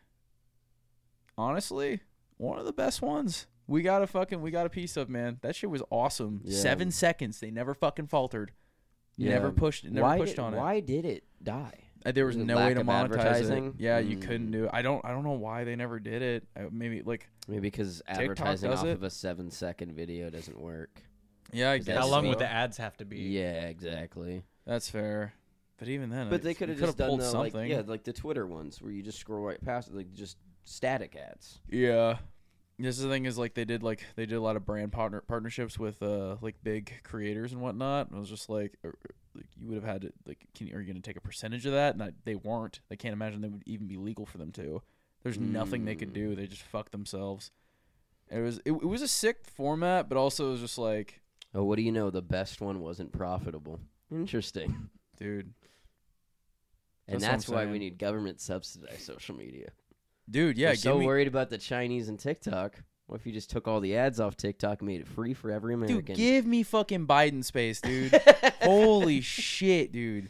Speaker 1: Honestly, one of the best ones. We got a fucking we got a piece of man. That shit was awesome.
Speaker 2: Yeah.
Speaker 1: Seven seconds. They never fucking faltered.
Speaker 2: Yeah.
Speaker 1: Never pushed. Never
Speaker 2: why
Speaker 1: pushed
Speaker 2: did,
Speaker 1: on it.
Speaker 2: Why did it die?
Speaker 1: Uh, There was
Speaker 2: Was it
Speaker 1: no way
Speaker 2: lack
Speaker 1: to
Speaker 2: of
Speaker 1: monetize it.
Speaker 2: advertising?
Speaker 1: Yeah, you
Speaker 2: Mm.
Speaker 1: couldn't do. It. I don't. I don't know why they never did it. I, maybe like.
Speaker 2: Maybe because advertising
Speaker 1: does
Speaker 2: off
Speaker 1: it.
Speaker 2: of a seven second video doesn't work.
Speaker 1: Yeah, I
Speaker 2: Is that
Speaker 1: guess.
Speaker 3: How long
Speaker 1: so.
Speaker 3: would the ads have to be?
Speaker 2: Yeah, exactly.
Speaker 1: That's fair. But even then,
Speaker 2: But they could have just done
Speaker 1: Uh, pulled
Speaker 2: the, like,
Speaker 1: something.
Speaker 2: yeah, like the Twitter ones where you just scroll right past it, like just static ads.
Speaker 1: Yeah. This is the thing is like they did like they did a lot of brand partner partnerships with uh like big creators and whatnot. And I was just like, er, er, like you would have had to like, can are you going to take a percentage of that? And I, they weren't. I can't imagine they would even be legal for them to. There's nothing they could do. They just fucked themselves. It was it, it was a sick format, but also it was just like,
Speaker 2: Oh, what do you know? The best one wasn't profitable. Interesting.
Speaker 1: dude,
Speaker 2: And
Speaker 1: That's what I'm
Speaker 2: that's, why we
Speaker 1: saying.
Speaker 2: need government subsidized social media.
Speaker 1: dude, yeah,
Speaker 2: We're
Speaker 1: give
Speaker 2: so
Speaker 1: me,
Speaker 2: worried about the Chinese and TikTok. What if you just took all the ads off TikTok and made it free for every American?
Speaker 1: dude, give me fucking Biden space,
Speaker 2: *laughs*
Speaker 1: dude. Holy shit, dude.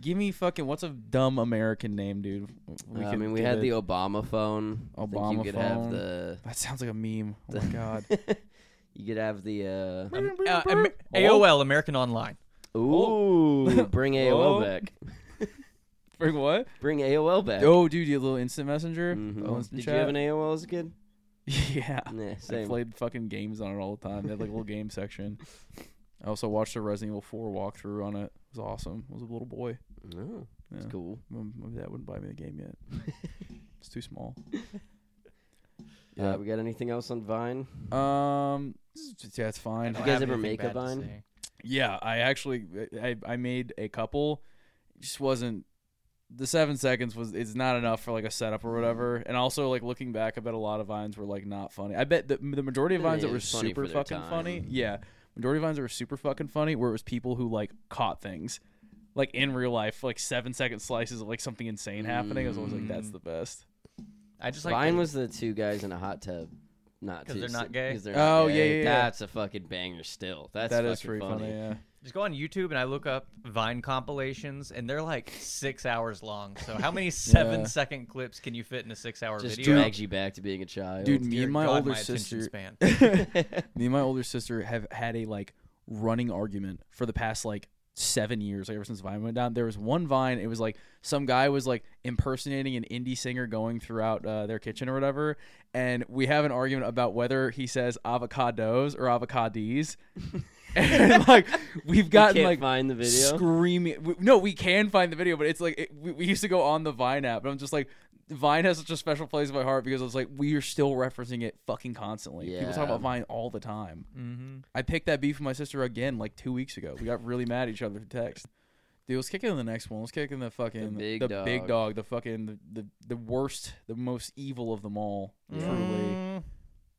Speaker 1: Give me fucking what's a dumb American name, dude?
Speaker 2: Uh, I
Speaker 1: can
Speaker 2: mean, we
Speaker 1: give
Speaker 2: had
Speaker 1: it-
Speaker 2: the Obama phone. I think
Speaker 1: Obama
Speaker 2: you could have
Speaker 1: phone.
Speaker 2: the.
Speaker 1: That sounds like a meme. Oh
Speaker 2: *laughs*
Speaker 1: my
Speaker 2: the-
Speaker 1: god.
Speaker 2: you could have the. Uh,
Speaker 3: Uh, Amer- AOL, American Online.
Speaker 1: *laughs*
Speaker 2: Ooh, bring AOL
Speaker 1: Oh.
Speaker 2: back.
Speaker 1: Bring what?
Speaker 2: Bring AOL back.
Speaker 1: Oh, dude, you little instant messenger.
Speaker 2: Mhm.
Speaker 1: Little
Speaker 2: Did
Speaker 1: instant
Speaker 2: you have
Speaker 1: *laughs*
Speaker 2: an
Speaker 1: chat?
Speaker 2: AOL as a kid?
Speaker 1: yeah.
Speaker 2: Nah,
Speaker 1: I
Speaker 2: same.
Speaker 1: played fucking games on it all the time. They had like a little game section. I also watched the Resident Evil 4 walkthrough on it. It was awesome. I was a little boy.
Speaker 2: Oh,
Speaker 1: Yeah.
Speaker 2: it's cool.
Speaker 1: My, my dad wouldn't buy me the game yet. it's too small.
Speaker 2: Uh, we got anything else on Vine?
Speaker 1: Um. Yeah, it's fine.
Speaker 3: I don't
Speaker 2: guys
Speaker 3: have
Speaker 2: ever
Speaker 3: anything
Speaker 2: make a
Speaker 3: bad to
Speaker 2: Vine?
Speaker 3: say.
Speaker 1: Yeah, I actually I, I made a couple. It just wasn't the seven seconds was it's not enough for like a setup or whatever.
Speaker 2: Mm-hmm.
Speaker 1: And also like looking back, I bet a lot of vines were like not funny. I bet the the majority of
Speaker 2: Yeah,
Speaker 1: vines that
Speaker 2: it
Speaker 1: were
Speaker 2: was funny
Speaker 1: super
Speaker 2: for their
Speaker 1: fucking
Speaker 2: time.
Speaker 1: funny. Yeah. Majority of vines that were super fucking funny where it was people who like caught things. like in real life, like seven second slices of like something insane happening. I was always like,
Speaker 2: Mm.
Speaker 1: that's the best.
Speaker 3: I just like
Speaker 2: Vine was the two guys in a hot tub. Not
Speaker 3: 'Cause
Speaker 2: two
Speaker 3: they're
Speaker 2: si-
Speaker 3: not gay?
Speaker 2: 'cause they're not
Speaker 1: Oh, yeah,
Speaker 2: gay.
Speaker 1: yeah, yeah.
Speaker 2: That's a fucking banger still. That's
Speaker 1: That is
Speaker 2: fucking
Speaker 1: pretty funny. Yeah.
Speaker 3: just go on YouTube and I look up Vine compilations, and they're like six hours long. So how many seven-second
Speaker 1: Yeah.
Speaker 3: clips can you fit in a six-hour
Speaker 2: Just
Speaker 3: video?
Speaker 2: drags you back to being a child.
Speaker 1: Dude, me
Speaker 3: Dear
Speaker 1: and my
Speaker 3: God,
Speaker 1: older
Speaker 3: attention
Speaker 1: sister,
Speaker 3: Span.
Speaker 1: me and my older sister have had a like running argument for the past like seven years like ever since vine went down there was one vine it was like some guy was like impersonating an indie singer going throughout uh, their kitchen or whatever and we have an argument about whether he says avocados or avocadees and like we've gotten
Speaker 2: can't
Speaker 1: like
Speaker 2: find the video?
Speaker 1: screaming w- no we can find the video but it's like it, we, we used to go on the vine app and i'm just like vine has such a special place in my heart because it's like we are still referencing it fucking constantly people
Speaker 2: Yeah.
Speaker 1: talk about vine all the time
Speaker 3: Mm-hmm.
Speaker 1: I picked that beef with my sister again like two weeks ago. We got really mad at each other for text. Dude, let's kick in the next one. Let's kick in the fucking
Speaker 2: big
Speaker 1: the
Speaker 2: dog.
Speaker 1: big dog, the fucking the, the, the worst, the most evil of them all. Truly,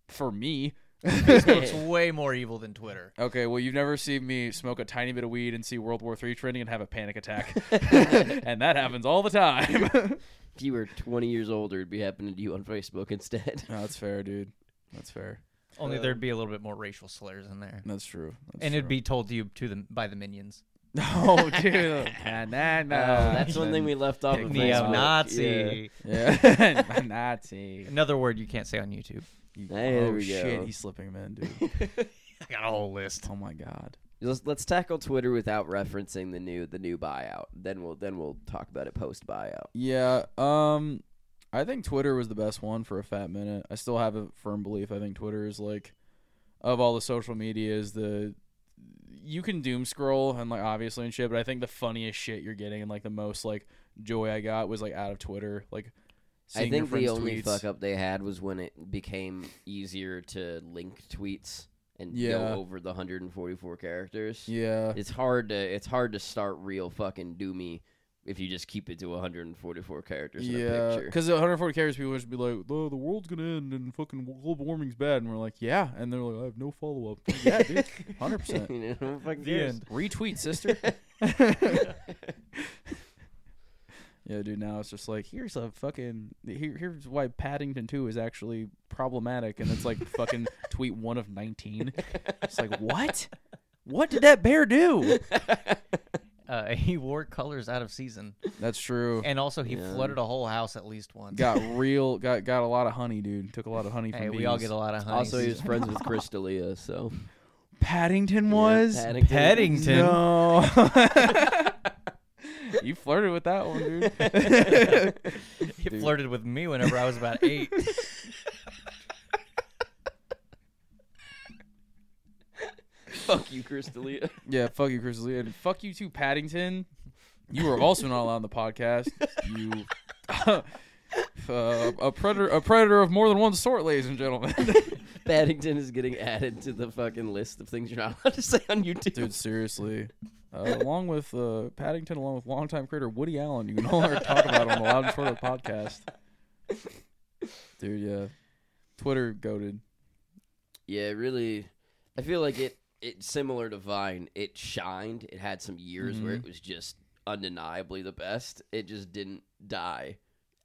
Speaker 1: for
Speaker 2: *laughs*
Speaker 1: me.
Speaker 3: Facebook's way more evil than Twitter.
Speaker 1: Okay, well you've never seen me smoke a tiny bit of weed and see World War III trending and have a panic
Speaker 2: *laughs*
Speaker 1: attack, and that happens all the time. no,
Speaker 2: if you were 20 years older, it'd be happening to you on Facebook instead. *laughs*
Speaker 1: that's fair, dude. That's fair.
Speaker 3: Only
Speaker 2: Uh,
Speaker 3: there'd be a little bit more racial slurs in there,
Speaker 1: That's true. That's
Speaker 3: and
Speaker 1: *laughs*
Speaker 3: it'd
Speaker 1: true.
Speaker 3: be told to you to the by the minions.
Speaker 1: no, Oh, dude. nah, nah, nah.
Speaker 2: Oh, That's one thing we left off. of Facebook.
Speaker 3: Neo-Nazi.
Speaker 1: *laughs* Yeah, Nazi.
Speaker 3: Another word you can't say on YouTube.
Speaker 1: You-
Speaker 2: Hey, there
Speaker 1: oh
Speaker 2: we
Speaker 1: shit,
Speaker 2: go.
Speaker 1: he's slipping him in,
Speaker 2: *laughs*
Speaker 1: dude.
Speaker 3: I got a whole list.
Speaker 1: oh my god.
Speaker 2: Yeah. Let's, let's tackle Twitter without referencing the new the new buyout. Then we'll then we'll talk about it post buyout.
Speaker 1: Yeah. Um, I think Twitter was the best one for a fat minute. I still have a firm belief. I think Twitter is like, of all the social medias, the you can doom scroll and like obviously and shit. But I think the funniest shit you're getting and like the most like joy I got was like out of Twitter. Like,
Speaker 2: I
Speaker 1: seeing your
Speaker 2: think the
Speaker 1: friends'
Speaker 2: only
Speaker 1: tweets.
Speaker 2: fuck up they had was when it became easier to link tweets and
Speaker 1: Yeah.
Speaker 2: go over the 144 characters.
Speaker 1: Yeah.
Speaker 2: It's hard to it's hard to start real fucking doomy if you just keep it to 144 characters in a
Speaker 1: Yeah,
Speaker 2: picture.
Speaker 1: because 140 characters, people would just be like, "Oh, the world's gonna end and fucking global warming's bad," and we're like, "Yeah," and they're like, "I have no follow up." yeah,
Speaker 2: *laughs*
Speaker 1: dude, hundred percent.
Speaker 2: You know, fuck
Speaker 3: The
Speaker 2: this.
Speaker 3: end.
Speaker 1: Retweet,
Speaker 3: *laughs*
Speaker 1: sister. yeah, dude. Now it's just like, here's a fucking here, here's why Paddington Two is actually problematic, and
Speaker 3: *laughs*
Speaker 1: it's like fucking tweet one of nineteen. It's like what? What did that bear do?
Speaker 3: Uh, *laughs* he wore colors out of season,
Speaker 1: That's true.
Speaker 3: and also he
Speaker 2: Yeah.
Speaker 3: flooded a whole house at least once.
Speaker 1: Got real. Got got a lot of honey, dude. Took a lot of honey from
Speaker 3: Hey, we all
Speaker 1: bees.
Speaker 3: get a lot of honey.
Speaker 2: Also, he was friends with Chris D'Elia, so
Speaker 1: Paddington *laughs* was.
Speaker 2: Yeah, Paddington.
Speaker 3: Paddington. *laughs*
Speaker 1: No. *laughs* you flirted with that one,
Speaker 3: *laughs*
Speaker 1: dude.
Speaker 3: he flirted with me whenever I
Speaker 1: *laughs*
Speaker 3: was about eight.
Speaker 2: *laughs* Fuck you, Chris D'Elia. *laughs*
Speaker 1: yeah, fuck you, Chris Lee. And fuck you too, Paddington. You were also not allowed on the podcast. You *laughs* uh, a predator a predator of more than one sort, ladies and gentlemen. *laughs*
Speaker 2: Paddington is getting added to the fucking list of things you're not allowed to say on YouTube.
Speaker 1: Dude, seriously. Uh, along with uh, Paddington, along with longtime creator Woody Allen, you can no longer talk about on the Loud and Short podcast. Dude, yeah. Twitter goaded.
Speaker 2: Yeah, it really. I feel like it. It's similar to Vine. It shined. It had some years where
Speaker 1: Mm-hmm.
Speaker 2: it was just undeniably the best. It just didn't die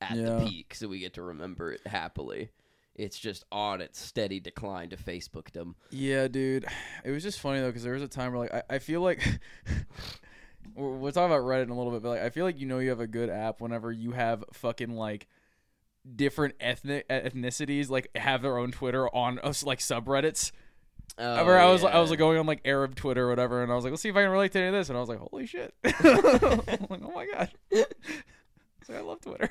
Speaker 2: at the
Speaker 1: Yeah.
Speaker 2: peak, so we get to remember it happily. It's just on its steady decline to Facebookdom.
Speaker 1: Yeah, dude. *sighs* It was just funny though because there was a time where like I, I feel like *laughs* we're, we'll talk about Reddit in a little bit, but like I feel like you know you have a good app whenever you have fucking like different ethnic ethnicities like have their own Twitter on us like subreddits. I remember
Speaker 2: Oh,
Speaker 1: I was I was like going on like Arab Twitter or whatever, and I was like, let's see if I can relate to any of this, and I was like, holy shit, *laughs* I'm like, oh my god. *laughs* So I love Twitter.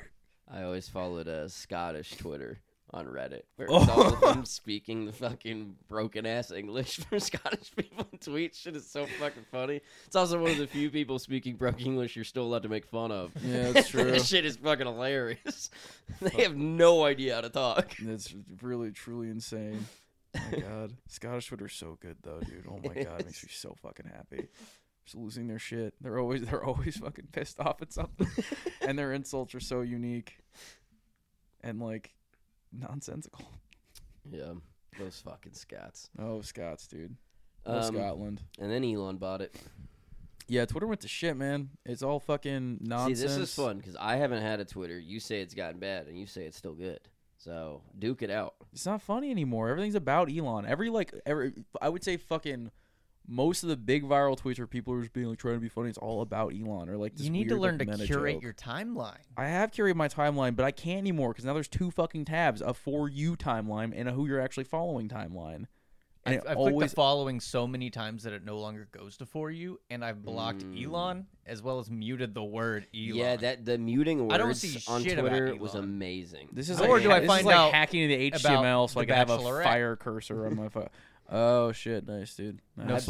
Speaker 2: I always followed a Scottish Twitter on Reddit where it's all of them speaking the fucking broken ass English from *laughs* Scottish people and tweets. Shit is so fucking funny. It's also one of the few people speaking broken English you're still allowed to make fun of.
Speaker 1: *laughs* Yeah, that's true.
Speaker 2: that shit is fucking hilarious. *laughs* They have no idea how to talk.
Speaker 1: That's really truly insane. Oh
Speaker 2: *laughs*
Speaker 1: my god, Scottish Twitter's so good though, dude. Oh my god, it makes me so fucking happy. Just losing their shit. They're always they're always *laughs* fucking pissed off at
Speaker 2: *laughs*
Speaker 1: something, and their insults are so unique and like nonsensical.
Speaker 2: Yeah, those fucking Scots.
Speaker 1: Oh, Scots, dude. Love
Speaker 2: Um,
Speaker 1: Scotland.
Speaker 2: and then Elon bought it.
Speaker 1: Yeah, Twitter went to shit, man. It's all fucking nonsense.
Speaker 2: See, this is fun because I haven't had a Twitter. You say it's gotten bad, and you say it's still good. So duke it out.
Speaker 1: It's not funny anymore. Everything's about Elon. Every like every I would say fucking most of the big viral tweets where people are just being like trying to be funny, it's all about Elon or like this
Speaker 3: You need to
Speaker 1: weird,
Speaker 3: learn
Speaker 1: like,
Speaker 3: to
Speaker 1: meta
Speaker 3: curate
Speaker 1: joke.
Speaker 3: your timeline.
Speaker 1: I have curated my timeline, but I can't anymore because now there's two fucking tabs: a for you timeline and a who you're actually following timeline. And
Speaker 3: I've,
Speaker 1: it
Speaker 3: I've clicked
Speaker 1: always
Speaker 3: the following so many times that it no longer goes to for you, and I've blocked
Speaker 1: Mm.
Speaker 3: Elon as well as muted the word Elon.
Speaker 2: Yeah, that the muting words
Speaker 3: I don't see
Speaker 2: on
Speaker 3: shit about
Speaker 2: Twitter was
Speaker 3: Elon.
Speaker 2: amazing.
Speaker 1: this is
Speaker 3: Or
Speaker 1: like,
Speaker 3: do I
Speaker 1: this
Speaker 3: find
Speaker 1: is like
Speaker 3: out
Speaker 1: hacking into the
Speaker 3: about
Speaker 1: HTML so I
Speaker 3: The
Speaker 1: can have a
Speaker 3: Bachelorette?
Speaker 1: fire cursor on my phone? Oh shit! Nice, dude. Nice.
Speaker 3: No
Speaker 2: I blocked,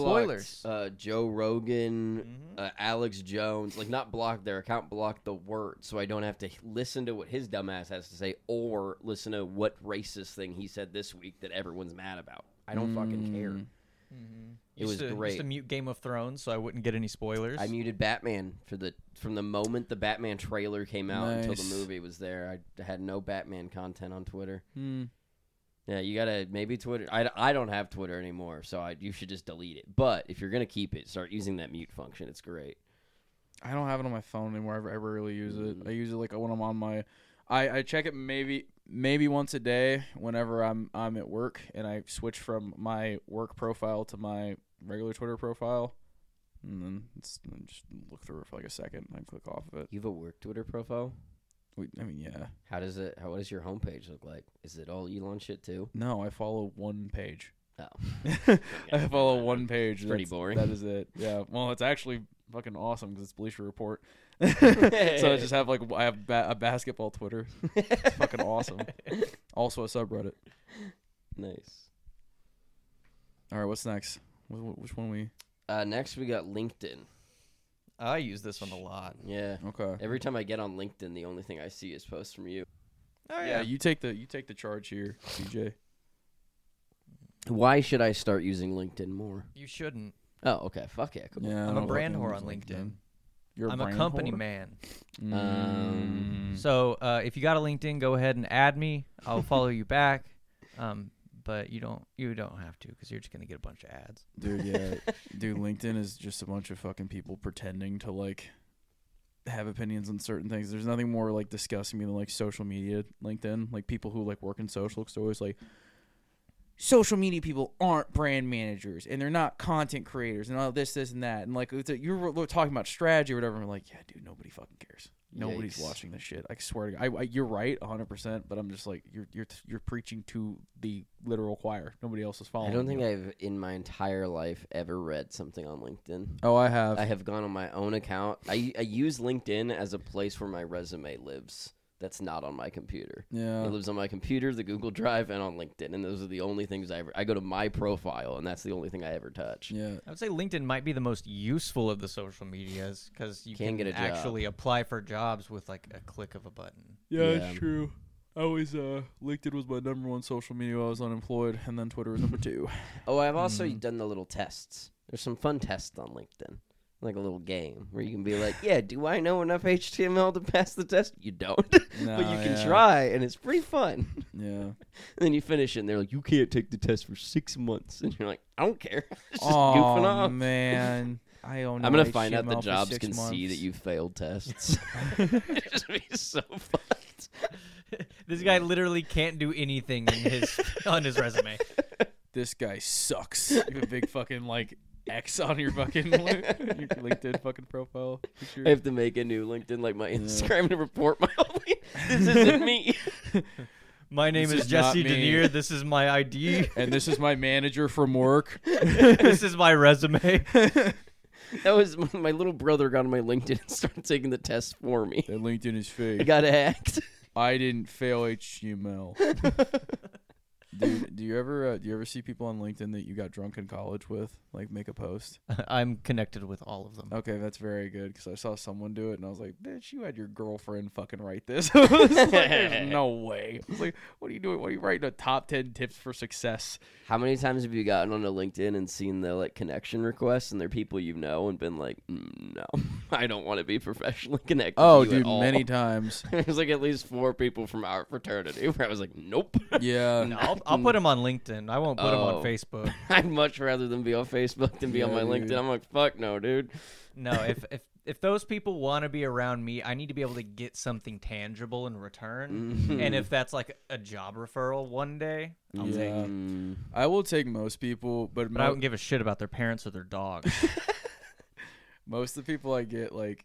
Speaker 3: spoilers.
Speaker 2: Uh, Joe Rogan,
Speaker 1: Mm-hmm.
Speaker 2: uh, Alex Jones, like not block their account, block the word, so I don't have to h- listen to what his dumbass has to say or listen to what racist thing he said this week that everyone's mad about. I don't fucking
Speaker 1: Mm.
Speaker 2: care. It
Speaker 3: Mm-hmm. Used
Speaker 2: was
Speaker 3: to- Used
Speaker 2: great.
Speaker 3: to mute Game of Thrones so I wouldn't get any spoilers.
Speaker 2: I muted Batman for the from the moment the Batman trailer came out until
Speaker 1: Nice.
Speaker 2: the movie was there. I had no Batman content on Twitter.
Speaker 1: Hmm.
Speaker 2: Yeah, you gotta maybe Twitter. I, I don't have Twitter anymore, so I, you should just delete it. But if you're gonna keep it, start using that mute function. It's great.
Speaker 1: I don't have it on my phone anymore. I ever really use it. I use it like when I'm on my. I, I check it maybe maybe once a day whenever I'm I'm at work and I switch from my work profile to my regular Twitter profile, and then it's, and just look through it for like a second and I click off of it.
Speaker 2: You have a work Twitter profile.
Speaker 1: We, I mean, yeah.
Speaker 2: How does it? How what does your homepage look like? Is it all Elon shit too?
Speaker 1: No, I follow one page.
Speaker 2: Oh,
Speaker 1: *laughs* I follow one page.
Speaker 2: pretty
Speaker 1: That's-
Speaker 2: boring.
Speaker 1: That is it. Yeah. Well, it's actually fucking awesome because it's Bleacher Report. *laughs* so I just have like I have ba- a basketball Twitter. It's fucking
Speaker 3: *laughs*
Speaker 1: awesome. Also a subreddit.
Speaker 2: nice.
Speaker 1: All right, what's next? Wh- wh- Which one we?
Speaker 2: Uh, next we got LinkedIn.
Speaker 3: I use this one a lot.
Speaker 2: Yeah.
Speaker 1: Okay.
Speaker 2: Every time I get on LinkedIn, the only thing I see is posts from you.
Speaker 3: Oh
Speaker 1: Yeah, you take the you take the charge here, CJ.
Speaker 2: Why should I start using LinkedIn more?
Speaker 3: You shouldn't.
Speaker 2: Oh, okay. Fuck yeah. Cool.
Speaker 1: Yeah, I
Speaker 3: I'm a
Speaker 1: don't
Speaker 3: brand
Speaker 1: fucking
Speaker 3: whore
Speaker 1: use
Speaker 3: on LinkedIn.
Speaker 1: You're a
Speaker 3: I'm a
Speaker 1: brand
Speaker 3: company
Speaker 1: whore?
Speaker 3: man.
Speaker 2: Um,
Speaker 1: Mm.
Speaker 3: So uh, if you got a LinkedIn, go ahead and add me. I'll follow you back. Um, but you don't you don't have to because you're just gonna get a bunch of ads.
Speaker 1: dude,
Speaker 2: *laughs*
Speaker 1: yeah, dude. LinkedIn is just a bunch of fucking people pretending to like have opinions on certain things. There's nothing more like disgusting me than like social media, LinkedIn, like people who like work in social. Cause they're always like, social media people aren't brand managers and they're not content creators and all this, this, and that. And like it's a- you were talking about strategy or whatever. And I'm like, yeah, dude, nobody fucking cares. Nobody's
Speaker 2: Yikes.
Speaker 1: watching this shit. I swear to God, I, I, you're right, 100. percent But I'm just like, you're you're you're preaching to the literal choir. Nobody else is following.
Speaker 2: I don't
Speaker 1: you.
Speaker 2: think I've in my entire life ever read something on LinkedIn.
Speaker 1: Oh, I have.
Speaker 2: I have gone on my own account. I, I use LinkedIn as a place where my resume lives. That's not on my computer.
Speaker 1: yeah.
Speaker 2: It lives on my computer, the Google Drive, and on LinkedIn. And those are the only things I ever. I go to my profile, and that's the only thing I ever touch.
Speaker 1: Yeah.
Speaker 3: I would say LinkedIn might be the most useful of the social medias because you
Speaker 2: Can
Speaker 3: can,
Speaker 2: get a job.
Speaker 3: actually apply for jobs with like a click of a button.
Speaker 1: Yeah,
Speaker 2: Yeah.
Speaker 1: that's true. I always uh LinkedIn was my number one social media while I was unemployed, and then Twitter was number *laughs* two.
Speaker 2: Oh, I've also
Speaker 1: Mm-hmm.
Speaker 2: done the little tests. There's some fun tests on LinkedIn, like a little game where you can be like, "Yeah, do I know enough HTML to pass the test?" You don't, *laughs*
Speaker 1: No,
Speaker 2: but you can
Speaker 1: Oh, yeah.
Speaker 2: try, and it's pretty fun. *laughs* and
Speaker 1: Yeah.
Speaker 2: then you finish it, and they're like, "You can't take the test for six months," *laughs* and you're like, "I don't care." *laughs* it's just goofing
Speaker 1: oh
Speaker 2: off. *laughs*
Speaker 1: man, I own.
Speaker 2: I'm gonna find out the jobs can see that you
Speaker 1: *laughs*
Speaker 2: failed tests. *laughs* It'd just be so fucked.
Speaker 3: This guy literally can't do anything in his on his resume.
Speaker 1: This guy
Speaker 2: *laughs*
Speaker 1: sucks. You have a big fucking like X on your fucking li- your LinkedIn fucking
Speaker 2: *laughs*
Speaker 1: profile picture.
Speaker 2: I have to make a new LinkedIn like my Instagram to report my *laughs* only. This isn't me.
Speaker 3: My name
Speaker 1: This
Speaker 3: is,
Speaker 1: is not
Speaker 3: Jesse
Speaker 1: me.
Speaker 3: Denier. This is my ID.
Speaker 1: and this is my manager from work.
Speaker 3: this is my resume. *laughs*
Speaker 2: That was my, my little brother got on my LinkedIn and started taking the test for me.
Speaker 1: That LinkedIn is
Speaker 2: I
Speaker 1: fake.
Speaker 2: got hacked.
Speaker 1: I didn't fail
Speaker 2: *laughs*
Speaker 1: HTML. Dude, do you ever uh, do you ever see people on LinkedIn that you got drunk in college with, like make a post?
Speaker 3: I'm connected with all of them.
Speaker 1: Okay, that's very good because I saw someone do it and I was like, "Bitch, you had your girlfriend fucking write this." *laughs* I was like,
Speaker 2: *laughs*
Speaker 1: There's no way. I was like, "What are you doing? What are you writing? A top ten tips for success?"
Speaker 2: How many times have you gotten on a LinkedIn and seen the like connection requests and they're people you know and been like, mm, no, *laughs* I don't want to be professionally connected.
Speaker 1: Oh,
Speaker 2: to you at
Speaker 1: dude,
Speaker 2: all." *laughs*
Speaker 1: many times. *laughs*
Speaker 2: There's like at least four people from our fraternity where I was like, nope.
Speaker 1: Yeah,
Speaker 2: Nope.
Speaker 3: I'll put him on LinkedIn. I won't put him
Speaker 2: Oh.
Speaker 3: on Facebook.
Speaker 2: *laughs* I'd much rather than be on Facebook than be on
Speaker 1: Yeah,
Speaker 2: my
Speaker 1: dude.
Speaker 2: LinkedIn. I'm like, fuck
Speaker 1: *laughs*
Speaker 2: no, dude.
Speaker 3: No, if if if those people want to be around me, I need to be able to get something tangible in return.
Speaker 1: Mm-hmm.
Speaker 3: And if that's like a job referral one day, I'll take
Speaker 1: Yeah.
Speaker 3: it.
Speaker 2: Mm.
Speaker 1: I will take most people, but,
Speaker 3: But I
Speaker 1: mo-
Speaker 3: don't give a shit about their parents or their dog.
Speaker 1: most of the people I get like.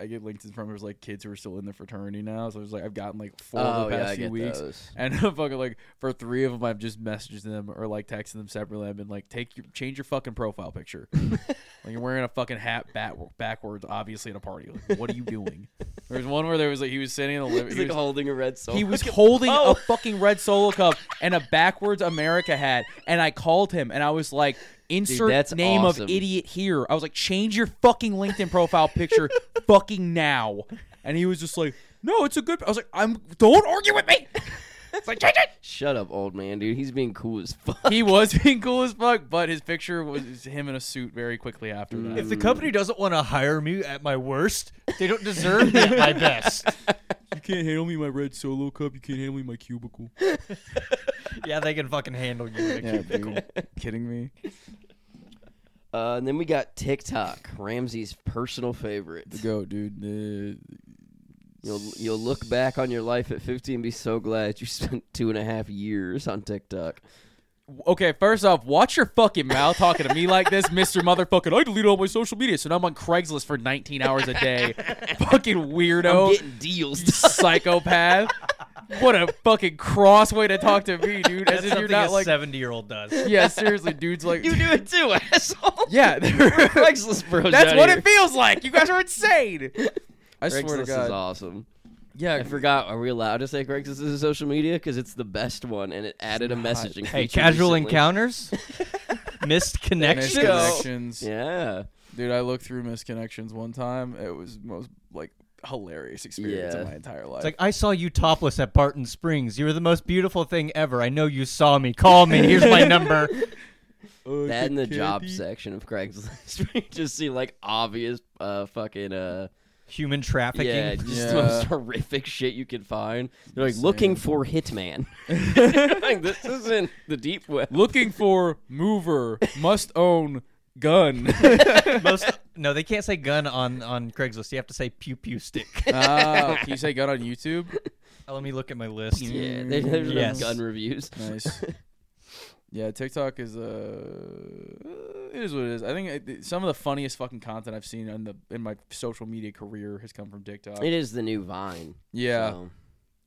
Speaker 1: I get LinkedIn from is like kids who are still in the fraternity now, so it's like I've gotten like four
Speaker 2: oh
Speaker 1: uh, over the
Speaker 2: yeah,
Speaker 1: past
Speaker 2: I
Speaker 1: few
Speaker 2: get
Speaker 1: weeks,
Speaker 2: those.
Speaker 1: *laughs* and I'm fucking like for three of them I've just messaged them or like texted them separately. I've been like, take your change your fucking profile
Speaker 2: *laughs*
Speaker 1: picture, like you're wearing a fucking hat bat- backwards, obviously at a party. Like, what are you doing? there was one where there was like he was sitting in the living,
Speaker 2: *laughs* He's
Speaker 1: he
Speaker 2: like
Speaker 1: was,
Speaker 2: holding a red soul.
Speaker 1: he was holding
Speaker 2: Oh.
Speaker 1: a fucking red solo cup and a backwards America hat, and I called him and I was like, insert
Speaker 2: that's
Speaker 1: name
Speaker 2: awesome.
Speaker 1: of idiot here. I was like, change your fucking LinkedIn profile *laughs* picture fucking now. And he was just like, no, it's a good. I was like, I'm don't argue with me. *laughs* It's like change it.
Speaker 2: *laughs* Shut up, old man, dude. He's being cool as fuck.
Speaker 1: He was *laughs* being cool as fuck, but his picture was him in a suit very quickly after that.
Speaker 3: *laughs* if the company doesn't want to hire me at my worst, they don't deserve me at *laughs* my best.
Speaker 1: you can't handle me my red solo cup, you can't handle me my cubicle.
Speaker 3: Yeah, they can fucking handle you. in a
Speaker 1: *laughs* Yeah, dude. Kidding me?
Speaker 2: Uh, and then we got TikTok, Ramsey's personal favorite.
Speaker 1: Go, dude. Uh,
Speaker 2: You'll you'll look back on your life at 50 and be so glad you *laughs* spent two and a half years
Speaker 1: *laughs*
Speaker 2: on TikTok.
Speaker 1: Okay, first off, watch your fucking mouth talking to me like this, Mr. Motherfucking. I delete all my social media, so now I'm on Craigslist for 19 hours a
Speaker 2: *laughs*
Speaker 1: day. fucking
Speaker 2: I'm
Speaker 1: weirdo,
Speaker 2: getting deals.
Speaker 1: you psychopath. What a fucking cross way to talk to me, dude. As
Speaker 3: That's
Speaker 1: if you're
Speaker 3: something
Speaker 1: not
Speaker 3: a
Speaker 1: like.
Speaker 3: seventy-year-old does.
Speaker 1: Yeah, seriously, dude's like.
Speaker 2: you do it too, *laughs* asshole.
Speaker 1: yeah, *laughs*
Speaker 2: Craigslist bros.
Speaker 1: that's
Speaker 2: out
Speaker 1: what
Speaker 2: here.
Speaker 1: it feels like. You guys are insane. I swear to
Speaker 2: Craigslist is
Speaker 1: God.
Speaker 2: awesome.
Speaker 1: Yeah,
Speaker 2: I forgot. Are we allowed to say Craigslist is a social media? Because it's the best one, and it added a messaging.
Speaker 3: Hey,
Speaker 2: feature
Speaker 3: casual
Speaker 2: recently.
Speaker 1: *laughs*
Speaker 3: encounters, missed connections.
Speaker 1: misconnections.
Speaker 2: Yeah,
Speaker 1: Dude, I looked through misconnections one time. It was most like hilarious experience
Speaker 2: Yeah.
Speaker 1: of my entire life.
Speaker 3: It's like I saw you topless at Barton Springs. You were the most beautiful thing ever. I know you saw me. Call me. Here's *laughs* my number.
Speaker 1: Oh,
Speaker 2: that in the job
Speaker 1: candy.
Speaker 2: section of Craigslist, *laughs* you just see like obvious, uh, fucking, uh,
Speaker 3: Human trafficking.
Speaker 2: yeah,
Speaker 3: *laughs*
Speaker 2: just
Speaker 1: Yeah.
Speaker 2: the most *laughs* horrific shit you can find. They're like looking for *laughs* hitman. like this isn't the deep *laughs* web.
Speaker 1: looking for mover must own
Speaker 3: *laughs*
Speaker 1: gun.
Speaker 3: Most no, they can't say gun on on Craigslist. You have to say pew pew stick. *laughs*
Speaker 1: Ah, can you say gun on YouTube?
Speaker 3: Uh, Let me look at my list.
Speaker 2: Yeah, they, there's no
Speaker 3: Yes.
Speaker 2: gun reviews.
Speaker 1: Nice. Yeah, TikTok is uh, it is what it is. I think it, some of the funniest fucking content I've seen in the in my social media career has come from TikTok.
Speaker 2: It is the new Vine.
Speaker 1: yeah,
Speaker 2: so.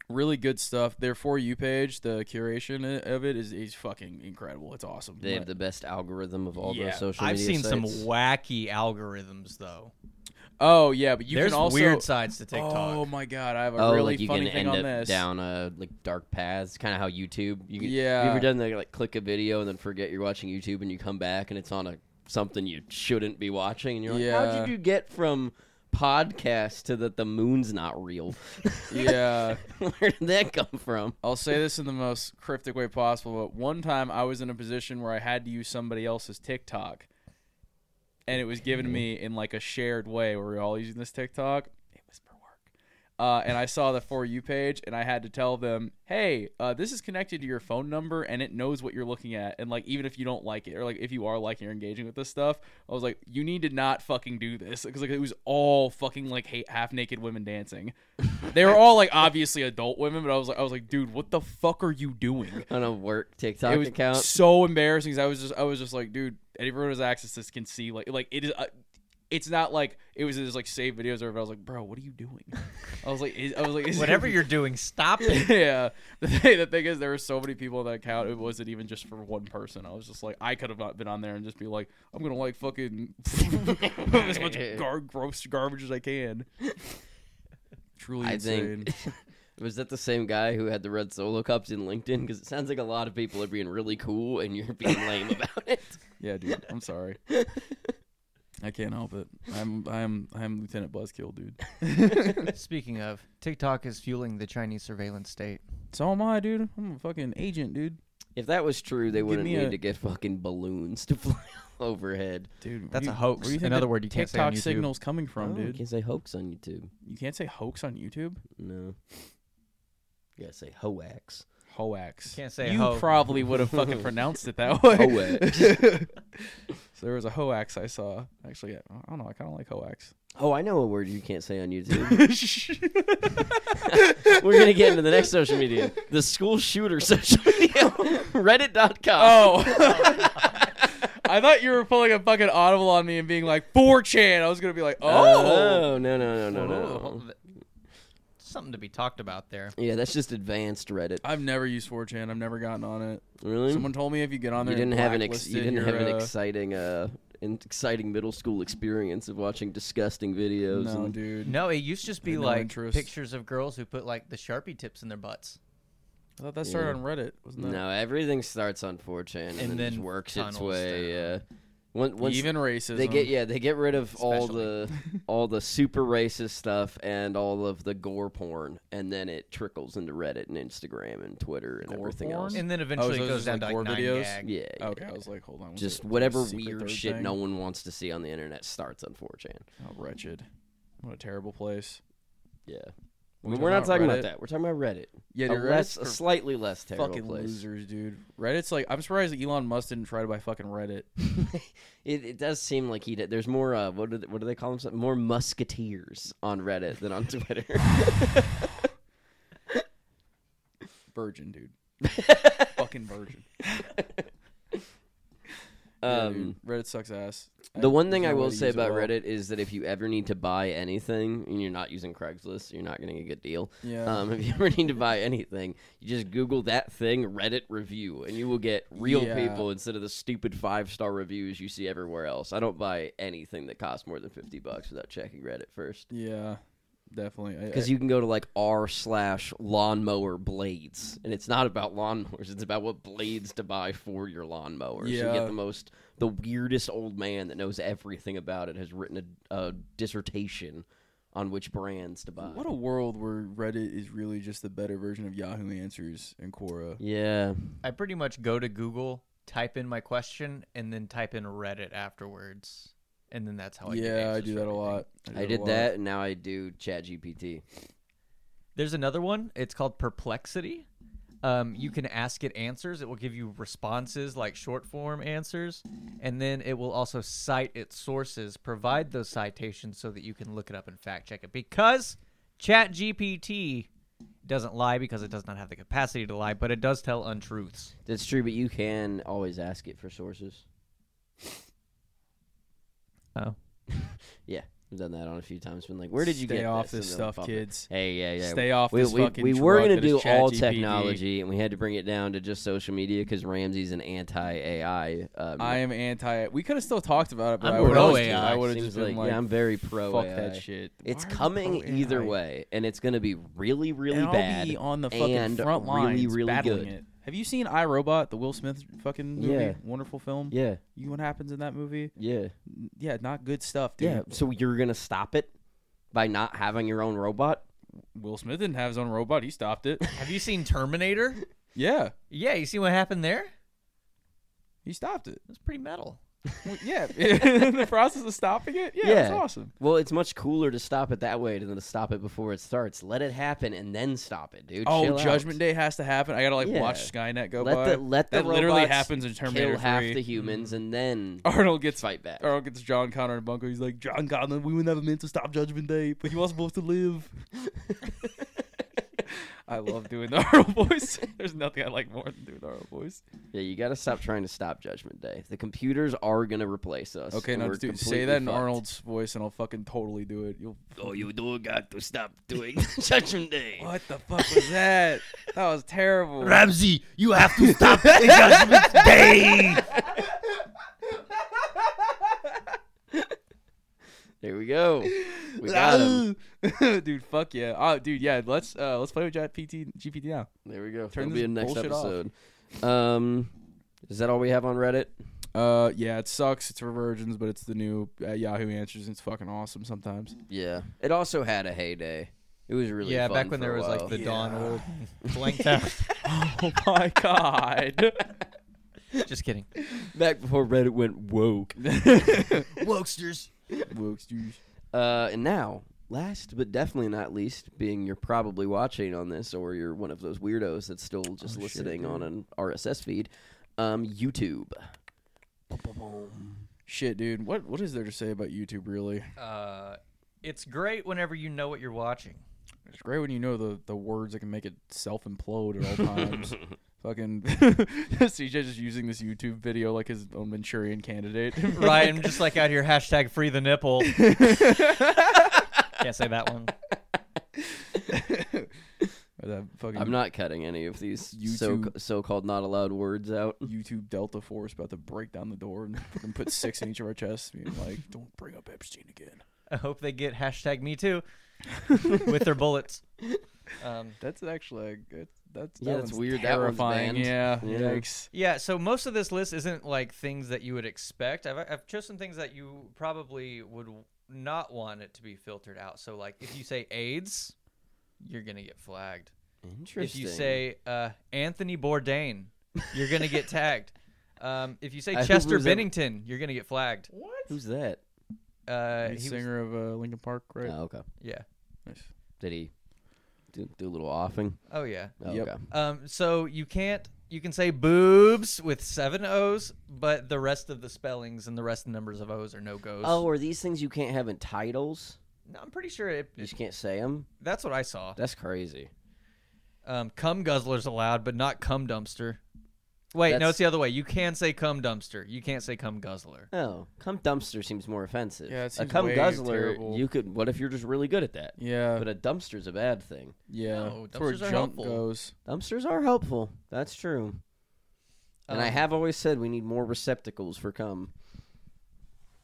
Speaker 1: really good stuff. Their for you page, the curation i- of it is is fucking incredible. It's awesome.
Speaker 2: They have the best algorithm of all
Speaker 1: Yeah,
Speaker 2: those social
Speaker 3: I've
Speaker 2: media
Speaker 3: seen some
Speaker 2: sites.
Speaker 3: wacky algorithms though.
Speaker 1: oh yeah, but you
Speaker 3: There's
Speaker 1: can also
Speaker 3: weird sides to TikTok. *laughs*
Speaker 1: Oh my god, I have a
Speaker 2: Oh,
Speaker 1: really
Speaker 2: like you
Speaker 1: funny
Speaker 2: can
Speaker 1: thing
Speaker 2: end
Speaker 1: on
Speaker 2: up
Speaker 1: this.
Speaker 2: down uh, like dark paths, kind of how YouTube. You can,
Speaker 1: Yeah.
Speaker 2: You ever done that? Like click a video and then forget you're watching YouTube, and you come back and it's on a something you shouldn't be watching, and you're like, how
Speaker 1: Yeah.
Speaker 2: did you get from podcast to that the moon's not real? *laughs*
Speaker 1: Yeah.
Speaker 2: Where did that come from?
Speaker 1: I'll say this in the most cryptic way possible, but one time I was in a position where I had to use somebody else's TikTok, and it was given to me in like a shared way where we are all using this TikTok. It was for work. Uh, and I saw the For You page, and I had to tell them, hey, uh, this is connected to your phone number, and it knows what you're looking at. And like, even if you don't like it, or like if you are liking or engaging with this stuff, I was like, you need to not fucking do this because like it was all fucking like hate, half naked women dancing. They were all like obviously adult women, but I was like, I was like, dude, what the fuck are you doing?
Speaker 2: On a work TikTok
Speaker 1: it was
Speaker 2: account.
Speaker 1: so embarrassing. 'cause I was just, I was just like, dude, everyone who has access to this can see like, like it is. Uh, it's not like it was just like save videos or. I was like, bro, what are you doing? I was like, is, I was like, is- *laughs*
Speaker 3: Whatever you're doing, stop *laughs* it.
Speaker 1: yeah. The thing, the thing is, there were so many people on that account. It wasn't even just for one person. I was just like, I could have not been on there and just be like, I'm gonna like fucking *laughs* as
Speaker 3: *laughs*
Speaker 1: much gar- gross garbage as I
Speaker 2: *laughs*
Speaker 1: can. Truly
Speaker 2: I
Speaker 1: insane.
Speaker 2: think. *laughs* Was that the same guy who had the red solo cups in LinkedIn? Because it sounds like a lot of people are being really cool and you're being lame *laughs* about it.
Speaker 1: Yeah, dude. I'm sorry. I can't help it. I'm I'm I'm Lieutenant Buzzkill, dude.
Speaker 3: Speaking of, TikTok is fueling the Chinese surveillance state.
Speaker 1: So am I, dude. I'm a fucking agent, dude.
Speaker 2: If that was true, they wouldn't
Speaker 1: me
Speaker 2: need
Speaker 1: a-
Speaker 2: to get fucking balloons to *laughs* fly overhead.
Speaker 1: Dude,
Speaker 3: That's
Speaker 1: you-
Speaker 3: a hoax.
Speaker 1: where do you think
Speaker 3: Another
Speaker 1: the
Speaker 3: word you can't say on
Speaker 1: TikTok
Speaker 3: YouTube.
Speaker 1: signals coming
Speaker 2: Oh,
Speaker 1: from,
Speaker 2: You
Speaker 1: dude.
Speaker 2: can say hoax on YouTube.
Speaker 1: You can't say hoax on YouTube.
Speaker 2: No. You gotta say hoax.
Speaker 1: hoax.
Speaker 3: Can't say
Speaker 1: you
Speaker 3: ho.
Speaker 1: probably would have
Speaker 3: *laughs*
Speaker 1: fucking pronounced it that way.
Speaker 2: Hoax.
Speaker 1: *laughs* so there was a hoax I saw. Actually, I I don't know. I kind of like
Speaker 3: *laughs*
Speaker 1: hoax.
Speaker 2: Oh, I know a word you can't say on YouTube. *laughs* We're gonna get into the next social media, the school shooter social media, *laughs* Reddit.com.
Speaker 1: Oh. *laughs* I thought you were pulling a fucking audible on me and being like 4chan. I was gonna be like, oh,
Speaker 2: oh no no no no no.
Speaker 3: Well, th- Something to be talked about there.
Speaker 2: Yeah, that's just advanced Reddit.
Speaker 1: I've never used 4chan. I've never gotten on it.
Speaker 2: Really?
Speaker 1: Someone told me if you get on there,
Speaker 2: you didn't
Speaker 1: and
Speaker 2: have an ex- you
Speaker 1: blacklisted,
Speaker 2: didn't have
Speaker 1: you're,
Speaker 2: an
Speaker 1: uh,
Speaker 2: exciting uh an exciting middle school experience of watching disgusting videos.
Speaker 1: No,
Speaker 2: and
Speaker 1: dude.
Speaker 3: No, it used to just be
Speaker 1: no
Speaker 3: like
Speaker 1: interest.
Speaker 3: pictures of girls who put like the sharpie tips in their butts.
Speaker 1: I thought that started
Speaker 2: Yeah.
Speaker 1: on Reddit, wasn't it?
Speaker 2: no, everything starts on 4chan and,
Speaker 3: And
Speaker 2: then, just
Speaker 3: then
Speaker 2: works its
Speaker 3: tunnels
Speaker 2: way. Yeah.
Speaker 3: down.
Speaker 2: Once, once
Speaker 1: Even racism.
Speaker 2: they get yeah, they get rid of all
Speaker 3: Especially.
Speaker 2: the
Speaker 1: *laughs*
Speaker 2: all the super racist stuff and all of the gore porn, and then it trickles into Reddit and Instagram and Twitter and
Speaker 1: Gore
Speaker 2: everything
Speaker 1: porn?
Speaker 2: else.
Speaker 1: And
Speaker 3: And then eventually
Speaker 1: Oh, so
Speaker 3: it
Speaker 1: it's
Speaker 3: goes
Speaker 1: just
Speaker 3: down
Speaker 1: like
Speaker 3: to
Speaker 1: gore
Speaker 3: like nine
Speaker 1: videos?
Speaker 3: gag.
Speaker 2: yeah, yeah.
Speaker 1: Okay, I was like, hold on. was
Speaker 2: just
Speaker 1: it like
Speaker 2: whatever
Speaker 1: a secret
Speaker 2: weird
Speaker 1: third
Speaker 2: shit
Speaker 1: thing?
Speaker 2: no one wants to see on the internet starts on 4chan.
Speaker 1: How wretched. What a terrible place.
Speaker 2: Yeah,
Speaker 1: We're
Speaker 2: we're, not talking about
Speaker 1: Reddit.
Speaker 2: that. We're talking about Reddit.
Speaker 1: Yeah,
Speaker 2: a
Speaker 1: dude,
Speaker 2: less,
Speaker 1: Reddit's
Speaker 2: a
Speaker 1: for
Speaker 2: slightly less terrible
Speaker 1: fucking
Speaker 2: place.
Speaker 1: losers, dude. Reddit's like, I'm surprised that Elon Musk didn't try to buy fucking Reddit. *laughs*
Speaker 2: It, it does seem like he did. There's more. Uh, what do they, what do they call them? More musketeers on Reddit than on *laughs* Twitter.
Speaker 1: Virgin, dude.
Speaker 2: *laughs*
Speaker 1: fucking virgin. Yeah,
Speaker 2: um,
Speaker 1: dude, Reddit sucks ass.
Speaker 2: the one thing
Speaker 1: there's
Speaker 2: I
Speaker 1: no way
Speaker 2: will
Speaker 1: to
Speaker 2: say
Speaker 1: use it
Speaker 2: about
Speaker 1: well.
Speaker 2: Reddit is that if you ever need to buy anything and you're not using Craigslist, you're not getting a good deal.
Speaker 1: Yeah.
Speaker 2: Um, if you ever need to buy anything, you just Google that thing Reddit review, and you will get real
Speaker 1: Yeah.
Speaker 2: people instead of the stupid five star reviews you see everywhere else. I don't buy anything that costs more than fifty bucks without checking Reddit first.
Speaker 1: yeah, definitely. I-
Speaker 2: because
Speaker 1: I-
Speaker 2: you can go to like r slash lawnmower blades and it's not about lawnmowers it's about what blades to buy for your lawnmower so you
Speaker 1: Yeah.
Speaker 2: get the most the weirdest old man that knows everything about it has written a, a dissertation on which brands to buy
Speaker 1: what a world where Reddit is really just the better version of Yahoo Answers and Quora.
Speaker 2: yeah
Speaker 3: I pretty much go to Google, type in my question, and then type in Reddit afterwards, and then that's how I get
Speaker 1: yeah, I
Speaker 3: answers
Speaker 1: do
Speaker 3: for
Speaker 1: that a
Speaker 3: everything.
Speaker 1: lot.
Speaker 2: i
Speaker 1: it a
Speaker 2: did
Speaker 1: lot.
Speaker 2: that and now i do chat gpt
Speaker 3: There's another one. It's called Perplexity. Um, you can ask it answers. It will give you responses like short form answers, and then it will also cite its sources, provide those citations so that you can look it up and fact check it. Because ChatGPT doesn't lie because it does not have the capacity to lie, but it does tell untruths.
Speaker 2: that's true but you can always ask it for sources
Speaker 3: Oh.
Speaker 2: yeah i've done that on a few times been like where did you
Speaker 1: Stay
Speaker 2: get
Speaker 1: off
Speaker 2: this,
Speaker 1: this
Speaker 2: And they'll
Speaker 1: stuff,
Speaker 2: pop it.
Speaker 1: kids.
Speaker 2: hey yeah yeah
Speaker 1: Stay off
Speaker 2: we,
Speaker 1: this
Speaker 2: we,
Speaker 1: fucking
Speaker 2: we were
Speaker 1: going to
Speaker 2: do all technology and we had to bring it down to just social media because ramsey's an anti-ai um,
Speaker 1: I am anti. We could have still talked about it, but
Speaker 3: I'm
Speaker 1: I would
Speaker 3: pro
Speaker 1: have.
Speaker 3: AI.
Speaker 1: I would have
Speaker 2: Seems
Speaker 1: just been
Speaker 2: like-
Speaker 1: like,
Speaker 2: yeah, i'm very pro
Speaker 1: "Fuck
Speaker 2: AI.
Speaker 1: that shit."
Speaker 2: it's
Speaker 1: Why are you
Speaker 2: coming
Speaker 1: pro
Speaker 2: either
Speaker 1: AI?
Speaker 2: way and it's going to be really really
Speaker 1: and
Speaker 2: bad
Speaker 1: I'll be on the fucking
Speaker 2: and
Speaker 1: front
Speaker 2: really,
Speaker 1: lines
Speaker 2: really
Speaker 1: battling
Speaker 2: good.
Speaker 1: it. Have you seen iRobot, the Will Smith fucking movie?
Speaker 2: Yeah.
Speaker 1: Wonderful film.
Speaker 2: yeah
Speaker 1: You know what happens in that movie?
Speaker 2: yeah
Speaker 1: N- Yeah, not good stuff, dude.
Speaker 2: yeah so you're going to stop it by not having your
Speaker 1: *laughs*
Speaker 2: own robot *laughs*
Speaker 1: Will Smith didn't have his own robot. He stopped it. *laughs*
Speaker 3: Have you seen *laughs* Terminator?
Speaker 1: yeah,
Speaker 3: yeah, you see what happened there?
Speaker 1: he stopped it.
Speaker 3: That's pretty metal.
Speaker 1: Well, yeah, *laughs* in the process of stopping it, yeah, it's
Speaker 2: Yeah.
Speaker 1: awesome.
Speaker 2: well it's much cooler to stop it that way than to stop it before it starts let it happen and then stop it dude
Speaker 1: Oh,
Speaker 2: Chill out.
Speaker 1: Judgment Day has to happen. I gotta like
Speaker 2: Yeah.
Speaker 1: watch Skynet go
Speaker 2: let
Speaker 1: by.
Speaker 2: the let the
Speaker 1: that literally
Speaker 2: robots
Speaker 1: happens in Terminator Mm-hmm. Oh.
Speaker 2: kill half
Speaker 1: 3. *laughs*
Speaker 2: the humans and then
Speaker 1: Arnold gets
Speaker 2: fight back.
Speaker 1: Arnold gets John Connor in a bunker. He's like, John Connor, we were never meant to stop Judgment Day, but he was supposed to live. I love doing the *laughs* Arnold voice. There's nothing I like more than doing the Arnold voice.
Speaker 2: *laughs* Yeah, you got to stop trying to stop Judgment Day. The computers are gonna replace us.
Speaker 1: Okay,
Speaker 2: and
Speaker 1: now
Speaker 2: we're
Speaker 1: just do, say
Speaker 2: completely
Speaker 1: that in
Speaker 2: fucked.
Speaker 1: Arnold's voice, and I'll fucking totally do it. *laughs* You'll.
Speaker 2: Oh, you do got to stop doing *laughs* Judgment Day.
Speaker 1: What the fuck was that? that was terrible.
Speaker 3: Ramsey, you have to stop the Judgment Day.
Speaker 2: There we go. We
Speaker 1: *laughs*
Speaker 2: got him.
Speaker 1: dude, fuck yeah. Oh, dude, yeah. Let's uh, let's play with GPT GPT now.
Speaker 2: There we go.
Speaker 1: Turn
Speaker 2: That'll be
Speaker 1: this
Speaker 2: in next
Speaker 1: bullshit off.
Speaker 2: episode. Um, is that all we have on Reddit?
Speaker 1: Uh, yeah, it sucks. It's for virgins, but it's the new uh, Yahoo Answers. And it's fucking awesome sometimes.
Speaker 2: Yeah. It also had a heyday. It was really
Speaker 3: yeah,
Speaker 2: fun
Speaker 3: back when
Speaker 2: for
Speaker 3: there
Speaker 2: a
Speaker 3: was
Speaker 2: while.
Speaker 3: like the Don Old
Speaker 2: *laughs*
Speaker 3: blank test.
Speaker 1: oh my god.
Speaker 3: *laughs* Just kidding.
Speaker 2: back before
Speaker 1: *laughs*
Speaker 2: Reddit went woke.
Speaker 3: Wokesters.
Speaker 1: Wokes, dude.
Speaker 2: Uh, and now Last but definitely not least, being you're probably watching on this, or you're one of those weirdos that's still just
Speaker 1: Oh, shit,
Speaker 2: listening
Speaker 1: dude.
Speaker 2: on an RSS feed, um, YouTube.
Speaker 1: Shit, dude. What what is there to say about YouTube? Really,
Speaker 3: Uh, it's great whenever you know what
Speaker 2: *laughs*
Speaker 3: you're watching.
Speaker 1: it's great when you know the the words that can make it self implode at all
Speaker 2: *laughs*
Speaker 1: times. Fucking *laughs* CJ just using this YouTube video like his own Manchurian candidate. *laughs*
Speaker 3: Ryan, just like out here, hashtag free
Speaker 2: *laughs*
Speaker 3: the nipple. Can't say that one.
Speaker 1: Or that fucking
Speaker 2: I'm not cutting any of these
Speaker 1: YouTube.
Speaker 2: so so-called not allowed words out.
Speaker 1: YouTube Delta Force about to break down the door and fucking put six in each of our chests, being like, "Don't bring up Epstein again."
Speaker 3: I hope they get hashtag
Speaker 2: *laughs*
Speaker 3: me too with their bullets. Um,
Speaker 1: That's actually a good. That's
Speaker 2: Yeah,
Speaker 1: that
Speaker 2: that's
Speaker 1: one's
Speaker 2: weird. That one's
Speaker 1: Terrifying.
Speaker 2: banned.
Speaker 1: yeah.
Speaker 2: Yeah.
Speaker 1: Yikes.
Speaker 3: yeah, so most of this list isn't like things that you would expect. I've, I've chosen things that you probably would not want it to be filtered out. So, like, if you say AIDS, you're going to get flagged.
Speaker 2: Interesting.
Speaker 3: If you say uh, Anthony Bourdain, you're going to get tagged. Um, if you say
Speaker 2: Uh, who
Speaker 3: Chester
Speaker 2: was that?
Speaker 3: Bennington, you're going to get flagged.
Speaker 2: who's that?
Speaker 3: Uh,
Speaker 1: He's
Speaker 3: he was-
Speaker 1: singer of uh, Lincoln Park, right?
Speaker 2: Oh, okay.
Speaker 3: yeah.
Speaker 1: Nice.
Speaker 2: Did he do, do a little offing?
Speaker 3: Oh, yeah.
Speaker 2: Oh,
Speaker 1: Yep.
Speaker 2: Okay.
Speaker 3: Um, so you can't you can say boobs with seven O's, but the rest of the spellings and the rest of the numbers of O's are no goes.
Speaker 2: Oh, are these things you can't have in titles?
Speaker 3: no, I'm pretty sure it,
Speaker 2: You just can't say them.
Speaker 3: that's what I saw.
Speaker 2: That's crazy.
Speaker 3: Um, cum guzzlers allowed, but not cum dumpster. Wait, no,
Speaker 2: That's-
Speaker 3: it's the other way. You can say cum dumpster. You can't say cum guzzler.
Speaker 2: Oh, cum dumpster seems more offensive.
Speaker 1: Yeah, it
Speaker 2: a
Speaker 1: seems
Speaker 2: cum
Speaker 1: way
Speaker 2: guzzler,
Speaker 1: terrible.
Speaker 2: you could. What if you're just really good at that?
Speaker 1: Yeah.
Speaker 2: But a dumpster's a bad thing.
Speaker 1: yeah.
Speaker 3: No,
Speaker 1: That's where
Speaker 3: dumpsters are
Speaker 1: junk
Speaker 3: helpful.
Speaker 1: goes.
Speaker 2: Dumpsters are helpful. That's true. And I
Speaker 3: Um,
Speaker 2: have always said we need more receptacles for cum.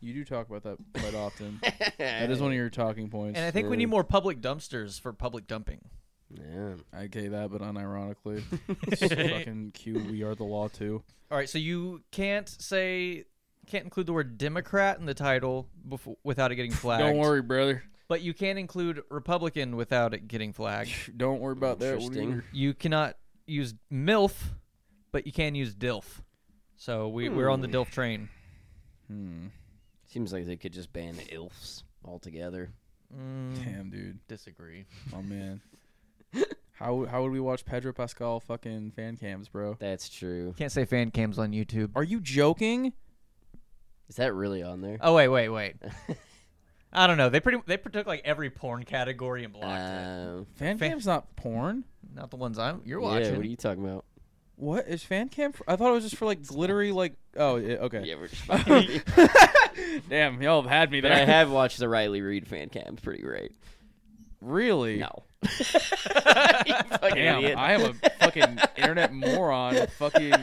Speaker 1: You do talk about that quite often. that is one of your talking points.
Speaker 3: And I think we need more public dumpsters for public dumping.
Speaker 2: Yeah.
Speaker 1: I gave that, but
Speaker 3: *laughs*
Speaker 1: unironically, It's fucking cute. We are the law too.
Speaker 3: All right, so you can't say can't include the word Democrat in the title before, without it getting
Speaker 1: *laughs*
Speaker 3: flagged.
Speaker 1: Don't worry, brother.
Speaker 3: But you can include Republican without it getting flagged.
Speaker 1: Don't worry about that. one
Speaker 2: Interesting.
Speaker 1: either.
Speaker 3: You cannot use MILF, but you can use DILF. So we, we're on the DILF train.
Speaker 1: Hmm.
Speaker 2: Seems like they could just ban ilfs altogether.
Speaker 3: Hmm.
Speaker 1: Damn, dude.
Speaker 3: Disagree.
Speaker 1: Oh man. how how would we watch Pedro Pascal fucking fan cams, bro?
Speaker 2: That's true.
Speaker 3: Can't say fan cams on YouTube.
Speaker 1: Are you joking?
Speaker 2: Is that really on there?
Speaker 3: Oh wait,
Speaker 2: *laughs*
Speaker 3: wait, wait. I don't know. They pretty they took like every porn category and blocked it.
Speaker 2: Uh,
Speaker 1: Fan,
Speaker 3: Fan-
Speaker 1: cam's not porn.
Speaker 3: Not the ones I'm you're
Speaker 2: Yeah,
Speaker 3: watching.
Speaker 2: what are you talking about?
Speaker 1: What is fan cam? For? I thought it was just for like glittery, like oh yeah, okay. *laughs*
Speaker 2: Yeah, we're just *laughs*
Speaker 1: Damn, y'all have had me
Speaker 2: but
Speaker 1: there.
Speaker 2: I have watched the Riley Reed fan cam. It's Pretty great.
Speaker 1: *laughs* really.
Speaker 2: No. *laughs* You fucking
Speaker 1: Damn,
Speaker 2: idiot.
Speaker 1: I am a fucking internet *laughs* moron. Fucking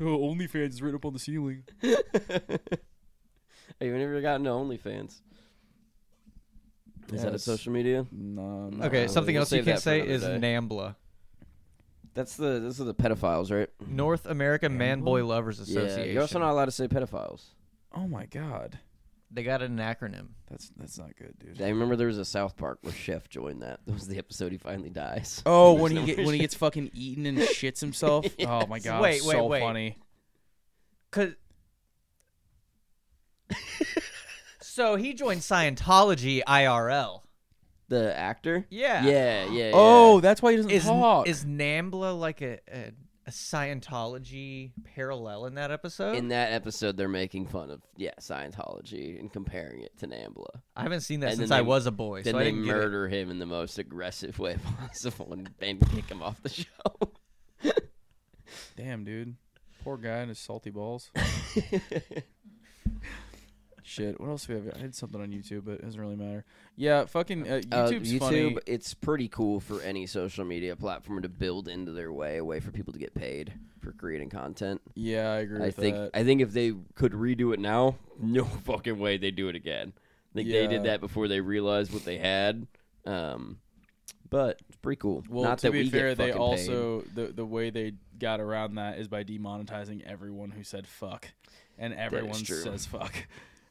Speaker 1: oh, OnlyFans is right up on the ceiling.
Speaker 2: *laughs* Have you never gotten to OnlyFans? Is that a
Speaker 1: Yes.
Speaker 2: social media?
Speaker 1: No, no.
Speaker 3: okay,
Speaker 2: Uh,
Speaker 3: something
Speaker 2: we'll
Speaker 3: else you
Speaker 2: save
Speaker 3: can't
Speaker 2: that for
Speaker 3: say
Speaker 2: another
Speaker 3: is
Speaker 2: day.
Speaker 3: NAMBLA.
Speaker 2: That's the those are the pedophiles, right?
Speaker 3: North American Man Boy Lovers
Speaker 2: Yeah.
Speaker 3: Association.
Speaker 2: You're also not allowed to say pedophiles.
Speaker 1: Oh my god,
Speaker 3: They got an acronym.
Speaker 1: that's that's not good, dude.
Speaker 2: I remember there was a South Park where Chef joined that. That was the episode he finally dies.
Speaker 1: Oh, when he get, when he gets fucking eaten *laughs* and shits himself. Oh my god,
Speaker 3: Wait, wait,
Speaker 1: so
Speaker 3: wait.
Speaker 1: funny.
Speaker 3: Cause. *laughs* so he joined Scientology IRL.
Speaker 2: The actor?
Speaker 3: Yeah.
Speaker 2: Yeah, yeah. yeah.
Speaker 1: Oh, that's why he doesn't
Speaker 3: Is
Speaker 1: talk.
Speaker 3: is Nambla like a, a a Scientology parallel in that episode?
Speaker 2: in that episode they're making fun of yeah, Scientology and comparing it to Nambla.
Speaker 3: I haven't seen that
Speaker 2: and
Speaker 3: since
Speaker 2: then
Speaker 3: I
Speaker 2: they-
Speaker 3: was a boy,
Speaker 2: Then
Speaker 3: so I
Speaker 2: they
Speaker 3: didn't get it.
Speaker 2: murder him in the most aggressive way *laughs* possible and then kick him off the show.
Speaker 1: Damn, dude. Poor guy and his salty *laughs* balls. Shit. What else do we have? I had something on YouTube, but it doesn't really matter. Yeah, fucking uh,
Speaker 2: Uh,
Speaker 1: YouTube's
Speaker 2: YouTube,
Speaker 1: funny.
Speaker 2: it's pretty cool for any social media platform to build into their way a way for people to get paid for creating content.
Speaker 1: Yeah, I agree
Speaker 2: I
Speaker 1: with
Speaker 2: think
Speaker 1: that.
Speaker 2: I think if they could redo it now, *laughs* no fucking way they do it again. I think they
Speaker 1: Yeah.
Speaker 2: did that before they realized what they had. Um, but it's pretty cool.
Speaker 1: well,
Speaker 2: Not
Speaker 1: to
Speaker 2: that
Speaker 1: be
Speaker 2: we
Speaker 1: fair,
Speaker 2: get
Speaker 1: they
Speaker 2: fucking
Speaker 1: also the the way they got around that is by demonetizing everyone who said fuck, and everyone
Speaker 2: true.
Speaker 1: says fuck.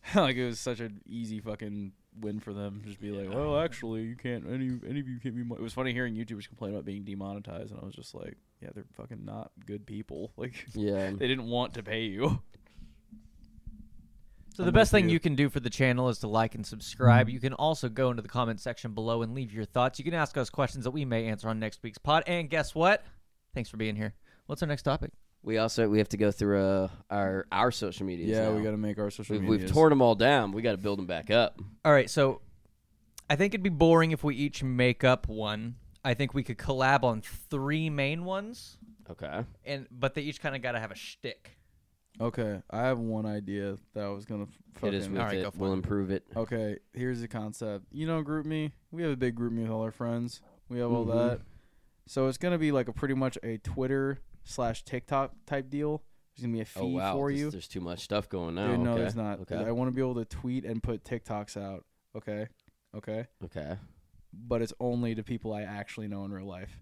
Speaker 1: *laughs* like it was such an easy fucking win for them. Just be like, well, actually, you can't. Any any of you can't be. Mo-. It was funny hearing YouTubers complain about being demonetized, and I was just like, yeah, they're fucking not good people. *laughs* Like
Speaker 2: paid. yeah.
Speaker 1: they didn't want to pay you.
Speaker 3: So
Speaker 1: I'm Mm-hmm.
Speaker 3: the
Speaker 1: with
Speaker 3: best thing
Speaker 1: you.
Speaker 3: you can do for the channel is to like and subscribe. You can also go into the comment section below and leave your thoughts. You can ask us questions that we may answer on next week's pod. And guess what? Thanks for being here. What's our next topic?
Speaker 2: We also we have to go through uh, our our social media.
Speaker 1: Yeah, we got to make our social
Speaker 2: We've,
Speaker 1: media.
Speaker 2: we've torn them all down. We got to build them back up.
Speaker 3: All right, so I think it'd be boring if we each make up one. I think we could collab on three main ones,
Speaker 2: Okay.
Speaker 3: and but they each kind of got to have a shtick.
Speaker 1: Okay, I have one idea that I was gonna f-
Speaker 2: Hit
Speaker 1: fucking.
Speaker 2: us with
Speaker 3: All right, go
Speaker 2: it.
Speaker 3: for
Speaker 2: We'll improve it.
Speaker 1: Okay, here's the concept. You know, group me. We have a big group me with all our friends. We have all
Speaker 2: Mhm.
Speaker 1: that. So it's gonna be like a pretty much a Twitter slash TikTok type deal. There's gonna be a fee
Speaker 2: Oh wow,
Speaker 1: for
Speaker 2: this-
Speaker 1: you.
Speaker 2: there's too much stuff going on.
Speaker 1: Dude, no,
Speaker 2: okay.
Speaker 1: there's not. I
Speaker 2: Okay.
Speaker 1: want to be able to tweet and put TikToks out. Okay, okay,
Speaker 2: Okay.
Speaker 1: but it's only to people I actually know in real life.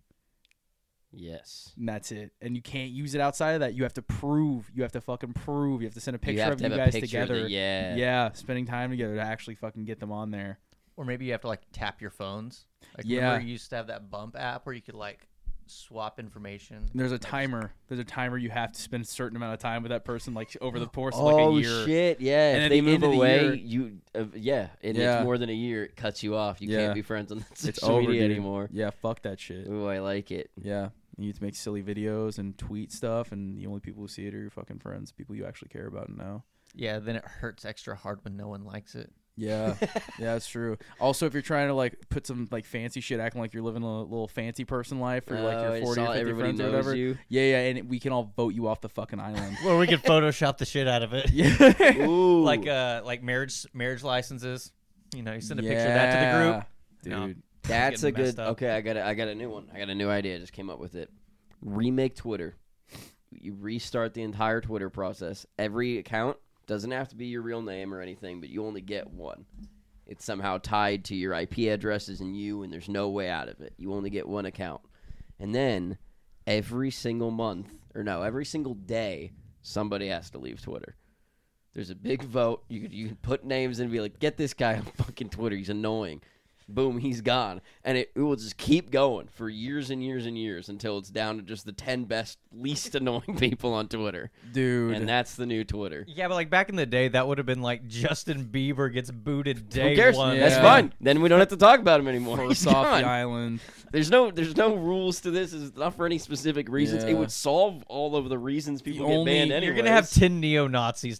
Speaker 2: Yes.
Speaker 1: And that's it. And you can't use it outside of that. You have to prove. You have to fucking prove. You have to send a picture
Speaker 2: you have
Speaker 1: of
Speaker 2: to
Speaker 1: you
Speaker 2: have
Speaker 1: guys
Speaker 2: a picture
Speaker 1: together.
Speaker 2: That, yeah.
Speaker 1: yeah, spending time together to actually fucking get them on there.
Speaker 3: Or maybe you have to like tap your phones. Like
Speaker 1: Yeah.
Speaker 3: remember you used to have that bump app where you could like swap information.
Speaker 1: There's a timer. There's a timer. You have to spend a certain amount of time with that person, like over the course of
Speaker 2: Oh
Speaker 1: like a year.
Speaker 2: shit! Yeah,
Speaker 1: And at
Speaker 2: if they
Speaker 1: the end
Speaker 2: move
Speaker 1: of the
Speaker 2: away,
Speaker 1: year-
Speaker 2: you uh, yeah, and
Speaker 1: Yeah.
Speaker 2: it's more than a year. It cuts you off. You
Speaker 1: Yeah.
Speaker 2: can't be friends on *laughs* that social
Speaker 1: It's over
Speaker 2: media
Speaker 1: dude.
Speaker 2: anymore.
Speaker 1: Yeah, fuck that shit.
Speaker 2: Ooh, I like it.
Speaker 1: Yeah, you need to make silly videos and tweet stuff, and the only people who see it are your fucking friends, people you actually care about and know.
Speaker 3: Yeah, then it hurts extra hard when no one likes it.
Speaker 1: Yeah, yeah, that's true. Also, if you're trying to like put some like fancy shit, acting like you're living a little fancy person life, or like
Speaker 2: Oh, I
Speaker 1: you're 40 or
Speaker 2: saw
Speaker 1: 50
Speaker 2: everybody
Speaker 1: friends or
Speaker 2: knows
Speaker 1: whatever. *laughs*
Speaker 2: you.
Speaker 1: Yeah, yeah, and we can all vote you off the fucking
Speaker 3: *laughs*
Speaker 1: island. *laughs*
Speaker 3: Or we could Photoshop the shit out of it.
Speaker 1: yeah,
Speaker 2: Ooh,
Speaker 3: *laughs* like uh like marriage marriage licenses. You know, you send a picture of that to the group.
Speaker 1: dude.
Speaker 3: No.
Speaker 2: that's a
Speaker 3: getting
Speaker 2: good.
Speaker 3: messed up.
Speaker 2: Okay, I got a, I got a new one. I got a new idea. I just came up with it. Remake Twitter. You restart the entire Twitter process. Every account doesn't have to be your real name or anything, but you only get one. It's somehow tied to your IP addresses and you, and there's no way out of it. You only get one account, and then every single month, or no, every single day, somebody has to leave Twitter. There's a big vote. You could, you can put names and be like, get this guy on *laughs* fucking Twitter. He's annoying. Boom, he's gone. And it, it will just keep going for years and years and years until it's down to just the 10 best, least *laughs* annoying people on Twitter.
Speaker 1: Dude,
Speaker 2: And that's the new Twitter.
Speaker 3: Yeah, but like back in the day, that would have been like Justin Bieber gets booted day
Speaker 2: Who cares?
Speaker 3: one.
Speaker 2: That's
Speaker 1: Yeah.
Speaker 2: fine. Then we don't have to talk about him anymore. He's *laughs*
Speaker 1: first off
Speaker 2: gone.
Speaker 1: the island.
Speaker 2: There's no there's no rules to this. It's not for any specific reasons.
Speaker 1: Yeah.
Speaker 2: It would solve all of the reasons people get
Speaker 1: only-
Speaker 2: banned
Speaker 1: you're
Speaker 2: anyway.
Speaker 3: You're gonna have ten neo Nazis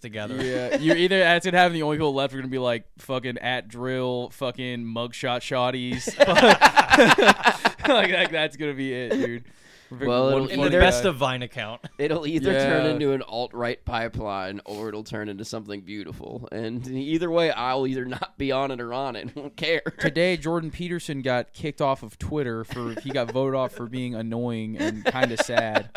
Speaker 1: *laughs*
Speaker 3: together. *laughs*
Speaker 1: Yeah, you're either that's gonna happen. The only people left are gonna be like fucking at drill, fucking mugshot *laughs* shotties. *laughs*
Speaker 2: *laughs*
Speaker 1: like, like that's gonna be it, dude.
Speaker 2: Well, it'll-
Speaker 1: One
Speaker 2: Well,
Speaker 3: In the
Speaker 1: funny
Speaker 2: they're-
Speaker 3: best
Speaker 1: guy.
Speaker 3: of Vine account.
Speaker 2: It'll either
Speaker 1: Yeah.
Speaker 2: turn into an alt right pipeline or it'll turn into something beautiful. And either way, I'll either not be on it or on it. *laughs* I don't care.
Speaker 1: today, Jordan Peterson got kicked off of Twitter for he got voted off for being annoying and kind of sad.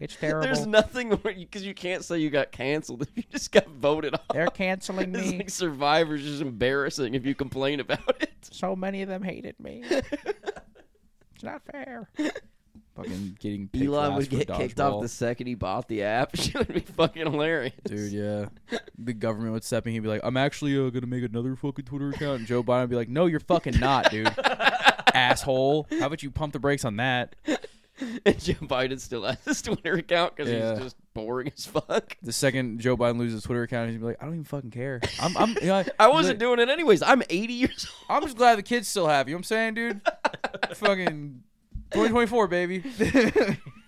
Speaker 1: It's terrible.
Speaker 2: There's nothing because you, can't say you got canceled *laughs* if you just got voted off.
Speaker 1: They're canceling
Speaker 2: It's
Speaker 1: me.
Speaker 2: like Survivor's just embarrassing if you complain about it.
Speaker 1: so many of them hated me. *laughs* it's not fair. Fucking getting picked
Speaker 2: Elon
Speaker 1: last
Speaker 2: would
Speaker 1: for
Speaker 2: get kicked off
Speaker 1: dodgeball.
Speaker 2: the second he bought the app. *laughs* She would be fucking hilarious.
Speaker 1: Dude, yeah. The government would step in. He'd be like, I'm actually uh, going to make another fucking Twitter account. And Joe Biden would be like, no, you're fucking not, *laughs* dude. Asshole. How about you pump the brakes on that?
Speaker 2: *laughs* And Joe Biden still has his Twitter account because
Speaker 1: Yeah.
Speaker 2: he's just boring as fuck.
Speaker 1: The second Joe Biden loses his Twitter account, he's going to be like, I don't even fucking care. I'm, I'm, you
Speaker 3: *laughs*
Speaker 1: know,
Speaker 2: I wasn't
Speaker 1: like,
Speaker 2: doing it anyways. I'm 80 years *laughs* old.
Speaker 1: I'm just glad the kids still have you. know what I'm saying,
Speaker 3: *laughs*
Speaker 1: dude? fucking 2024, baby.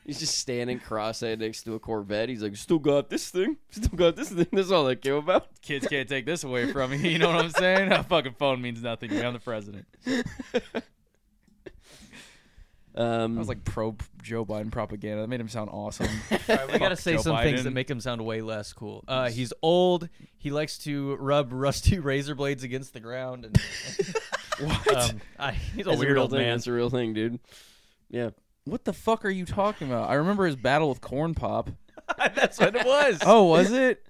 Speaker 2: He's just standing cross-eyed next to a Corvette. He's like, still got this thing, still got this thing. That's all I care about. *laughs*
Speaker 1: kids can't take this away from me. You know what I'm saying? A fucking phone means nothing. to me. I'm the president.
Speaker 2: Um,
Speaker 1: I was like pro Joe Biden propaganda. That made him sound awesome.
Speaker 3: *laughs* All right, we gotta
Speaker 1: Fuck
Speaker 3: say
Speaker 1: Joe
Speaker 3: some things
Speaker 1: Biden.
Speaker 3: that make him sound way less cool. Uh, he's old. He likes to rub rusty *laughs* razor blades against the ground.
Speaker 1: *laughs*
Speaker 3: And,
Speaker 1: what?
Speaker 3: *laughs* um, I, he's a
Speaker 2: that's
Speaker 3: weird
Speaker 2: real
Speaker 3: old
Speaker 2: thing.
Speaker 3: man.
Speaker 2: That's a real thing, dude. Yeah,
Speaker 1: What the fuck are you talking about? I remember his battle with Corn Pop.
Speaker 3: *laughs* that's what it was.
Speaker 1: *laughs* Oh, was it?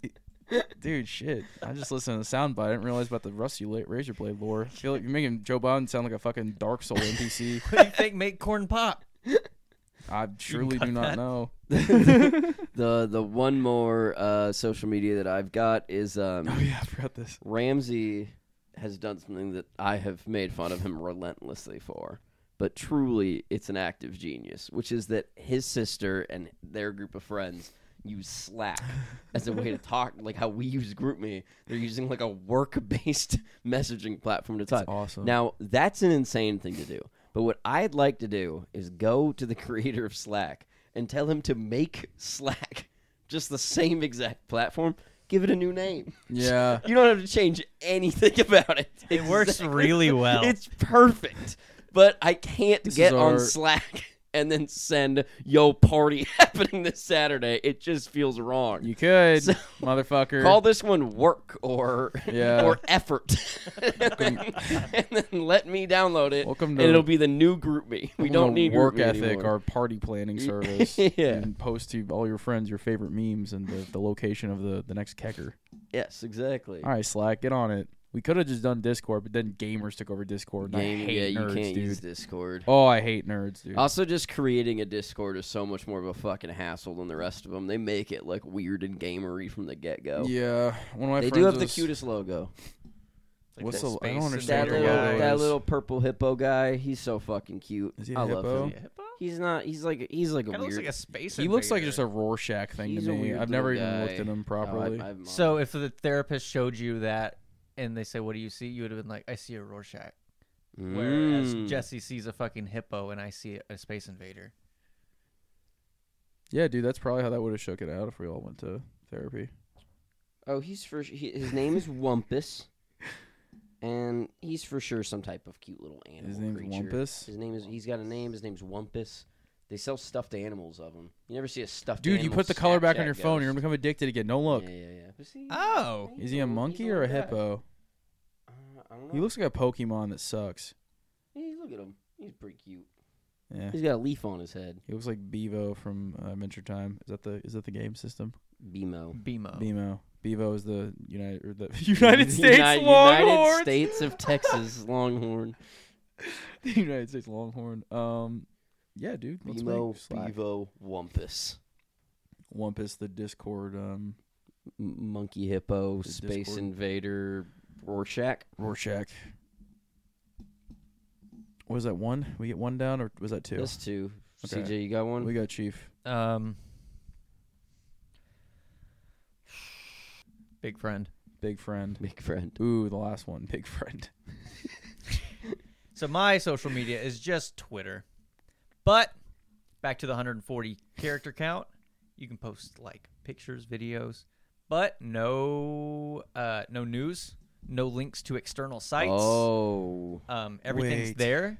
Speaker 1: Dude, shit. I just listened to the soundbite. I didn't realize about the Rusty La- Razor Blade lore. I feel like you're making Joe Biden sound like a fucking Dark Soul NPC.
Speaker 3: What do you think make corn pop?
Speaker 2: *laughs*
Speaker 1: I truly do not know. *laughs*
Speaker 2: the the one more uh, social media that I've got is
Speaker 3: *laughs* Oh,
Speaker 2: um,
Speaker 1: Oh, yeah, I forgot this.
Speaker 2: Ramsey has done something that I have made fun of him relentlessly for, but truly, it's an act of genius, which is that his sister and their group of friends use Slack as a way to talk, like how we use GroupMe. They're using like a work-based *laughs* messaging platform to talk.
Speaker 1: awesome.
Speaker 2: Now that's an insane thing to do. But what I'd like to do is go to the *laughs* creator of Slack and tell him to make Slack *laughs* just the same exact platform. Give it a new name.
Speaker 1: yeah.
Speaker 2: You don't have to change anything *laughs* about it.
Speaker 3: It works
Speaker 2: Exactly.
Speaker 3: really well.
Speaker 2: It's perfect. But I can't
Speaker 1: This
Speaker 2: get
Speaker 1: is
Speaker 2: on
Speaker 1: our-
Speaker 2: Slack *laughs* and then send yo party *laughs* happening this Saturday. It just feels wrong.
Speaker 1: You could,
Speaker 2: So-
Speaker 1: motherfucker.
Speaker 2: Call this one work or
Speaker 1: Yeah.
Speaker 2: *laughs* or effort, and, then, *laughs* and then let me download it.
Speaker 1: Welcome
Speaker 2: and
Speaker 1: to-
Speaker 2: it'll be the new group me. We
Speaker 1: Well,
Speaker 2: don't need
Speaker 1: work
Speaker 2: GroupMe
Speaker 1: ethic
Speaker 2: anymore.
Speaker 1: our party planning service
Speaker 2: *laughs* Yeah.
Speaker 1: and post to all your friends your favorite memes and the, the location of the, the next kecker
Speaker 2: yes, exactly.
Speaker 1: all right slack get on it we could have just done discord but then gamers took over discord and i
Speaker 2: Game-
Speaker 1: hate
Speaker 2: yeah,
Speaker 1: nerds
Speaker 2: you can't
Speaker 1: dude
Speaker 2: use Discord.
Speaker 1: oh i hate nerds dude
Speaker 2: Also, just creating a Discord is so much more of a fucking hassle than the rest of them. They make it like weird and gamery from the get go.
Speaker 1: yeah one of my
Speaker 2: they
Speaker 1: friends
Speaker 2: do have the
Speaker 1: was-
Speaker 2: cutest logo.
Speaker 3: Like
Speaker 1: what's
Speaker 3: that
Speaker 1: the- I don't
Speaker 3: space
Speaker 1: understand
Speaker 2: That
Speaker 1: Sandra
Speaker 2: little,
Speaker 1: Bullock.
Speaker 2: that little purple hippo guy. He's so fucking cute.
Speaker 1: Is he a
Speaker 2: I
Speaker 1: hippo?
Speaker 2: love
Speaker 3: Oh,
Speaker 2: him. He's not. He's like. He's like a
Speaker 3: Kind of looks
Speaker 2: weird.
Speaker 3: like a space.
Speaker 1: he looks like
Speaker 3: invader.
Speaker 1: just a rorschach thing
Speaker 2: He's
Speaker 1: to
Speaker 2: a
Speaker 1: me
Speaker 2: weird
Speaker 1: i've never
Speaker 2: little
Speaker 1: even looked
Speaker 2: guy.
Speaker 1: at him
Speaker 2: *laughs* Oh, I-
Speaker 1: properly
Speaker 2: I'm-
Speaker 3: So if the therapist showed you that and they say, "What do you see?" you would have been like, "I see a Rorschach." Whereas
Speaker 2: Mm.
Speaker 3: Jesse sees a fucking hippo and I see a space invader.
Speaker 1: yeah dude that's probably how that would have shook it out if we all went to therapy
Speaker 2: Oh, he's for. He, his name
Speaker 1: *laughs*
Speaker 2: is Wumpus, and he's for sure some type of cute little animal.
Speaker 1: his name's
Speaker 2: creature.
Speaker 1: Wumpus.
Speaker 2: His name is. He's got a name. His name's Wumpus. They sell stuffed animals of him. You never see a stuffed.
Speaker 1: dude you
Speaker 2: animal
Speaker 1: put the color back on
Speaker 2: Snapchat
Speaker 1: your phone you're gonna
Speaker 2: goes.
Speaker 1: become addicted again no look
Speaker 2: Yeah, yeah, yeah. But see,
Speaker 3: Oh,
Speaker 2: he's
Speaker 1: is he a
Speaker 2: little- he's
Speaker 1: monkey or a
Speaker 2: little guy.
Speaker 1: hippo
Speaker 2: Uh, I don't know.
Speaker 1: he looks like a pokemon that sucks
Speaker 2: Hey, look at him. He's pretty cute.
Speaker 1: yeah
Speaker 2: He's got a leaf on his head.
Speaker 1: He looks like Bevo from uh, Adventure Time. Is that the is that the game system?
Speaker 2: BMO.
Speaker 3: BMO.
Speaker 1: Bevo. Bevo is the United or the *laughs* United
Speaker 2: Oh. Uni-
Speaker 1: States
Speaker 2: United,
Speaker 1: Longhorn.
Speaker 2: States
Speaker 1: *laughs*
Speaker 2: of Texas Longhorn.
Speaker 1: the *laughs* United States Longhorn. Um, yeah, dude. Let's
Speaker 2: BMO,
Speaker 1: make Slack.
Speaker 2: Bevo, Wumpus.
Speaker 1: Wumpus, the Discord. Um,
Speaker 2: M- Monkey Hippo,
Speaker 1: The
Speaker 2: Space
Speaker 1: Discord.
Speaker 2: Invader, Rorschach.
Speaker 1: Rorschach. Was that one? We get one down, or was that two?
Speaker 2: That's two.
Speaker 1: Okay.
Speaker 2: CJ, you got one?
Speaker 1: We got Chief.
Speaker 3: Um, *sighs* big friend.
Speaker 1: Big friend.
Speaker 2: Big friend.
Speaker 1: Ooh, the last one. *laughs* Big friend.
Speaker 3: So my social media is just Twitter, but back to the 140 character count. You can post like pictures, videos, but no, uh, no news, no links to external sites.
Speaker 2: Oh.
Speaker 3: Um, everything's
Speaker 1: Wait.
Speaker 3: there.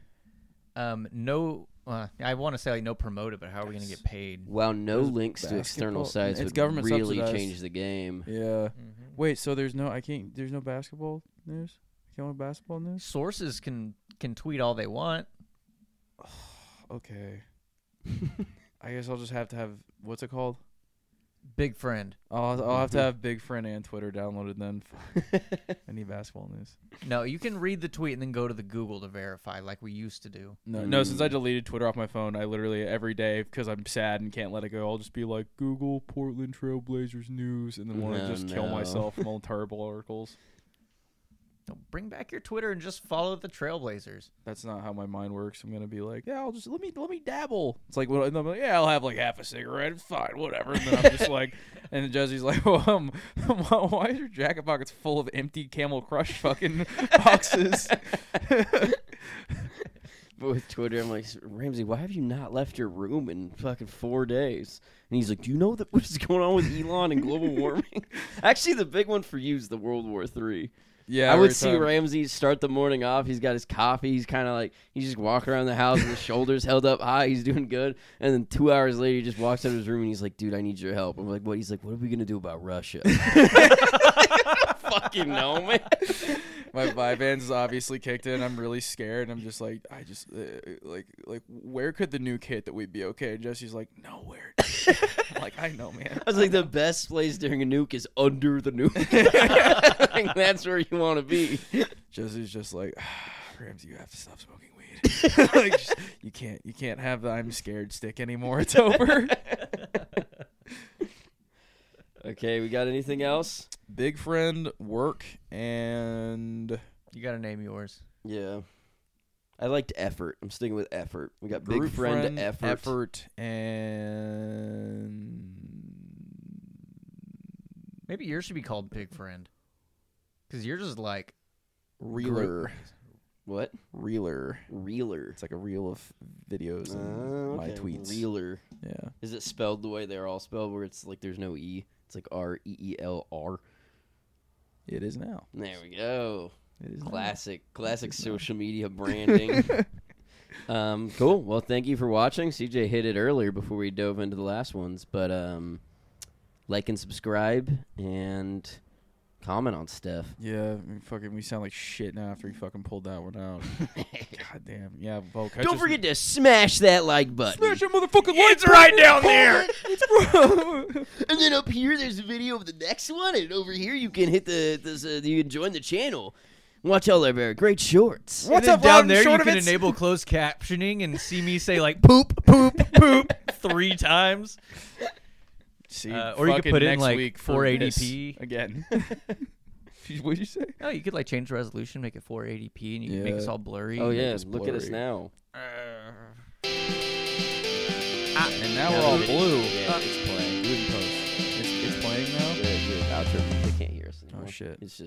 Speaker 3: Um, no, uh, I want to say like no promoted, but how are we gonna get paid?
Speaker 2: Wow, no
Speaker 1: There's
Speaker 2: links to external
Speaker 1: basketball-
Speaker 2: sites
Speaker 1: it's
Speaker 2: would
Speaker 1: government
Speaker 2: really
Speaker 1: subsidized.
Speaker 2: change
Speaker 1: *laughs*
Speaker 2: the game. *laughs*
Speaker 1: Yeah. Wait. So there's no. I can't. There's no basketball news. Can't want basketball news.
Speaker 3: Sources can can tweet all they want.
Speaker 1: *laughs* Okay. I guess I'll just have to have what's it called?
Speaker 3: Big friend.
Speaker 1: I'll, I'll have to have Big Friend and Twitter downloaded then. Fuck. I need basketball news.
Speaker 3: No, you can read the tweet and then go to the Google to verify, like we used to do.
Speaker 1: No, no.
Speaker 2: Mm.
Speaker 1: Since I deleted Twitter off my phone, I literally every day because I'm sad and can't let it go. I'll just be like Google Portland Trailblazers news, and then want to
Speaker 2: No,
Speaker 1: just kill
Speaker 2: no.
Speaker 1: myself
Speaker 2: *laughs*
Speaker 1: from all the terrible articles.
Speaker 3: No, bring back your Twitter and just follow the Trailblazers.
Speaker 1: That's not how my mind works. I'm gonna be like, yeah, I'll just let me let me dabble. It's like, well, and I'm like, yeah, I'll have like half a cigarette. It's fine, whatever. And then I'm just
Speaker 2: *laughs*
Speaker 1: like, and Jesse's like, *laughs* well, um, why is your jacket pockets full of empty Camel Crush
Speaker 2: *laughs*
Speaker 1: fucking boxes? *laughs*
Speaker 2: But with Twitter, I'm like, Ramsey, why have you not left your room in fucking four days? And he's like, Do you know that *laughs* what's going on with Elon
Speaker 1: *laughs*
Speaker 2: and global warming? *laughs* Actually, the big one for you is the World War Three.
Speaker 1: yeah,
Speaker 2: I would
Speaker 1: every
Speaker 2: see
Speaker 1: time.
Speaker 2: Ramsey start the morning off. He's got his coffee. He's kind of like he's just walking around the house with his shoulders held up high. He's doing good. And then two hours later, he just walks out of his room and he's like, "Dude, I need your help." I'm like, "What?" He's like, "What are we gonna do
Speaker 1: *laughs*
Speaker 2: about Russia?" *laughs* fucking know, man.
Speaker 1: my Vyvanse is obviously kicked in. I'm really scared. I'm just like, I just uh, like like where could the nuke hit that we'd be okay? And Jesse's like, nowhere. dude." I'm like I know, man.
Speaker 2: I was like, the best place during a nuke is under the *laughs* nuke. Like, that's where you want to be. *laughs*
Speaker 1: Jesse's just like, Ramsey, you have to stop smoking weed. like just- you can't you can't have the I'm scared stick anymore. It's over.
Speaker 2: Okay, we got anything else?
Speaker 1: Big friend, work, and
Speaker 3: You got to name yours.
Speaker 2: Yeah. I liked effort. I'm sticking with effort. We got big friend, effort.
Speaker 1: effort and
Speaker 3: Maybe yours should be called Big Friend. Because yours is like
Speaker 2: Reeler.
Speaker 4: Reeler.
Speaker 2: What?
Speaker 4: Reeler.
Speaker 2: Reeler.
Speaker 4: It's like a reel of videos
Speaker 2: Oh,
Speaker 4: and my tweets.
Speaker 2: Uh, Reeler.
Speaker 4: Yeah.
Speaker 2: Is it spelled the way they're all spelled, where it's like there's no E? It's like R E E L R.
Speaker 4: It is now.
Speaker 2: There we go.
Speaker 4: It is now.
Speaker 2: Classic, classic social *laughs* media branding. um, cool. Well, thank you for watching. CJ hit it earlier before we dove into the last ones, but um, like and subscribe and comment on stuff.
Speaker 1: Yeah, I mean, fucking, we sound like shit now after we fucking pulled that one
Speaker 3: *laughs*
Speaker 1: out. God damn. Yeah, Bo, catch
Speaker 2: Don't
Speaker 1: us-
Speaker 2: forget to smash that like button.
Speaker 1: Smash that motherfucking lights
Speaker 3: It's right down there! *laughs*
Speaker 2: And then up here, there's a video of the next one, and over here you can hit the this, uh, you can join the channel. Watch all of our great shorts.
Speaker 1: What's
Speaker 3: and
Speaker 1: up,
Speaker 3: then
Speaker 1: loud
Speaker 3: down
Speaker 1: and
Speaker 3: there?
Speaker 1: short
Speaker 3: you
Speaker 1: of
Speaker 3: can
Speaker 1: it's-
Speaker 3: enable closed captioning and see me
Speaker 1: *laughs*
Speaker 3: say like poop, poop, poop *laughs* three times.
Speaker 1: See,
Speaker 3: Uh, or you could
Speaker 1: fucking
Speaker 3: put in,
Speaker 1: next
Speaker 3: like,
Speaker 1: week for
Speaker 3: 480p.
Speaker 1: this *laughs* again. What'd you say?
Speaker 3: Oh, you could like change the resolution, make it 480p, and you can make
Speaker 4: Yeah.
Speaker 3: us all blurry.
Speaker 2: Oh
Speaker 3: and-
Speaker 2: yes, look at us
Speaker 4: blurry.
Speaker 2: now.
Speaker 1: And now we're all Oh, blue.
Speaker 2: Yeah, it's playing.
Speaker 1: It's, it's playing now.
Speaker 2: Good, good. Outro. They can't hear us anymore.
Speaker 1: Oh, shit.
Speaker 2: It's just.